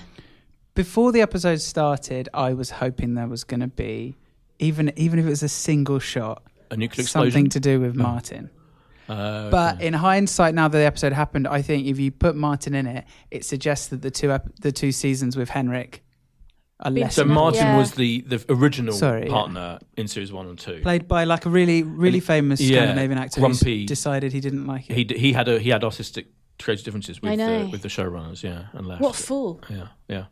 Before the episode started, I was hoping there was going to be, even even if it was a single shot,
A nuclear
something
explosion. Mm.
to do with Martin.
Uh,
But in hindsight, now that the episode happened, I think if you put Martin in it, it suggests that the two ep- the two seasons with Henrik are
Been
less
so Martin
Yeah.
was the the original
Sorry, yeah.
partner in series one and two.
played by like a really really famous
yeah,
Scandinavian actor who
grumpy-
decided he didn't like it.
he d- he had a he had artistic creative differences
I
with
know.
the, with the showrunners, yeah, and left.
What a fool.
yeah, yeah.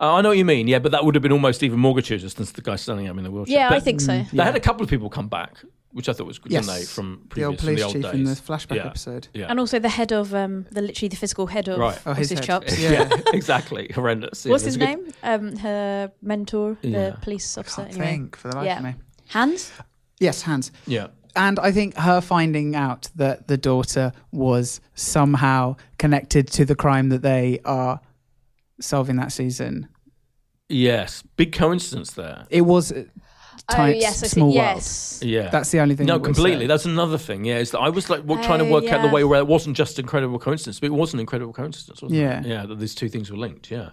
Uh, I know what you mean, yeah, but that would have been almost even more gratuitous than the guy standing up in the wheelchair.
Yeah, I
But
think so.
Mm,
they had a couple of people come back, which I thought was good, didn't they,
Yes.
from
the
previous
old
from
police chief
the old
in the
days.
flashback
Yeah.
episode.
Yeah,
And also the head of um, the literally the physical head of
Right.
Oh,
what's
his
his
head.
chops.
Yeah.
yeah, exactly, horrendous. Yeah,
What's
it
his
was a good-
name? Um, her mentor,
Yeah.
the police officer.
Can't
anyway.
think for the life
Yeah.
of me.
Hans.
Yes, Hans.
Yeah,
And I think her finding out that the daughter was somehow connected to the crime that they are solving that season.
yes, big coincidence there.
It was uh,
oh
tight,
yes, I see.
small world.
Yes.
Yeah,
That's the only thing.
no,
I would
completely.
say.
That's another thing. Yeah, is that I was like wa- trying to
Oh,
work out the
yeah.
way where it wasn't just incredible coincidence, but it was an incredible coincidence, wasn't
Yeah.
it? Yeah, that these two things were linked. Yeah,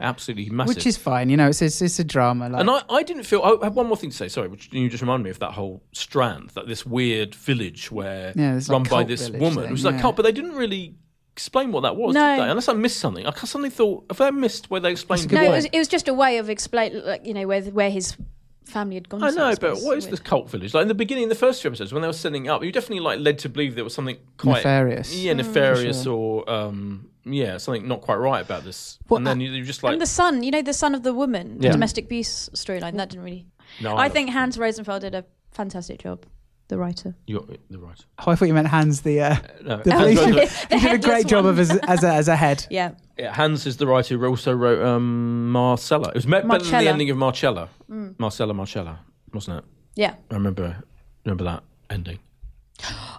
absolutely massive.
Which is fine, you know. It's it's, it's a drama. Like,
And I, I didn't feel. I have one more thing to say. Sorry, which you just reminded me of that whole strand, that this weird village where
Yeah, it's like
run by
cult
this
village
woman.
thing,
it was like
yeah.
cult, but they didn't really explain what that was,
No.
did they? Unless I missed something. I suddenly thought, have I missed where they explained?
No,
why?
it was, it was just a way of explaining, like you know, where the- where his family had gone.
I
to,
know, but
suppose.
what is
Weird.
this cult village? Like in the beginning, in the first few episodes, when they were setting up, you definitely like led to believe there was something quite
Nefarious.
yeah,
Mm,
nefarious or um, yeah, something not quite right about this.
Well,
and then you, you just like
And the son, you know, the son of the woman, the
Yeah.
domestic abuse storyline. That didn't really.
no,
I
don't-
think Hans Rosenfeld did a fantastic job. The writer.
you're the right.
Oh, I thought you meant Hans the. Uh,
No,
the
Hans
police
Rosenfeld-
chief. he did a
headless
great job
one.
of as as a, as a head.
Yeah.
Yeah, Hans is the writer who also wrote um, Marcella. It was met better than
Marcella. Mm.
the ending of Marcella. Marcella, Marcella, wasn't it?
Yeah.
I remember, remember that ending.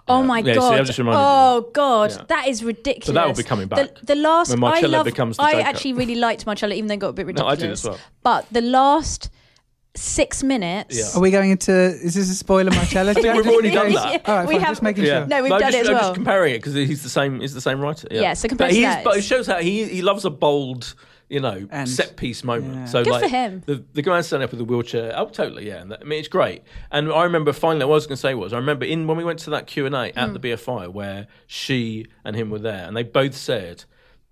Oh
Yeah.
my
Yeah, see, that
god!
just reminded me.
oh god,
Yeah.
that is ridiculous.
But that will be coming back.
The, the last
When Marcella
I love,
becomes the
I
Joker.
actually really liked Marcella, even though it got a bit
No, I
ridiculous.
did as well.
But the last six minutes.
Yeah.
Are we going into? Is this a spoiler, Marcella? I
think we've already done that.
All right,
We
Oh, fine,
have-
just making
Yeah,
sure.
No, we've
I'm
done
just,
it as
I'm
well.
just comparing it because he's the same. He's the same writer. Yeah,
Yeah, so compared
but
to
he's,
that,
But it
it's-
shows how he he loves a bold, you know,
End.
set piece moment.
Yeah.
So
Good
like
for him.
the the guy standing up with the wheelchair. Oh, totally. Yeah, and that, I mean it's great. And I remember finally, what I was going to say was I remember in when we went to that Q and A
Mm.
at the BFI where she and him were there, and they both said.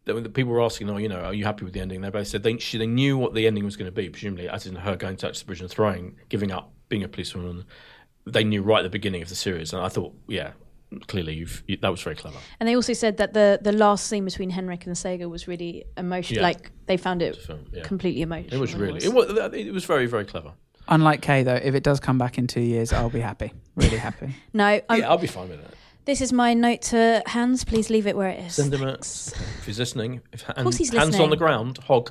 that when The people were asking, "Oh, you know, are you happy with the ending?" They both said they she, they knew what the ending was going to be, presumably, as in her going to touch the bridge and throwing, giving up, being a policewoman. They knew right at the beginning of the series, and I thought, yeah, clearly you've you, that was very clever.
And they also said that the the last scene between Henrik and Sega was really emotional.
Yeah.
Like they found it
So, yeah.
completely emotional.
It was really it was it was very very clever.
Unlike Kay though, if it does come back in two years, I'll be happy. Really happy.
No, I'm,
yeah, I'll be fine with that.
this is my note to Hans. Please leave it where it is.
Send him a-
Thanks.
If he's listening, if of
course he's
hands on the ground,
listening.
hog.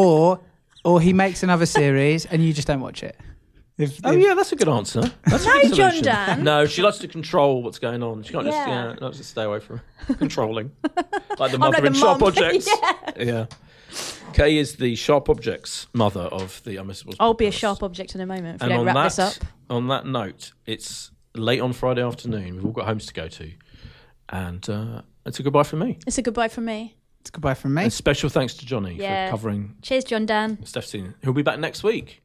or or he makes another series and you just don't watch it. If,
Oh
if-
yeah, that's a good answer. That's
No,
a good
John
solution.
Dan.
No, she likes to control what's going on. She can't just
Yeah.
yeah, likes to stay away from controlling, like the
I'm like
mother in
the
Sharp
mum.
Objects. yeah. Kay is the Sharp Objects mother of the Unmissables.
I'll be a
podcast.
sharp object in a moment if we
And
don't
on
wrap
that,
this up.
on that note, it's late on Friday afternoon. We've all got homes to go to, and uh, it's a goodbye from me.
It's a goodbye from me.
it's goodbye from me.
And special thanks to Johnny
Yeah.
for covering
Cheers, John Dan.
Steph Steen. He'll be back next week.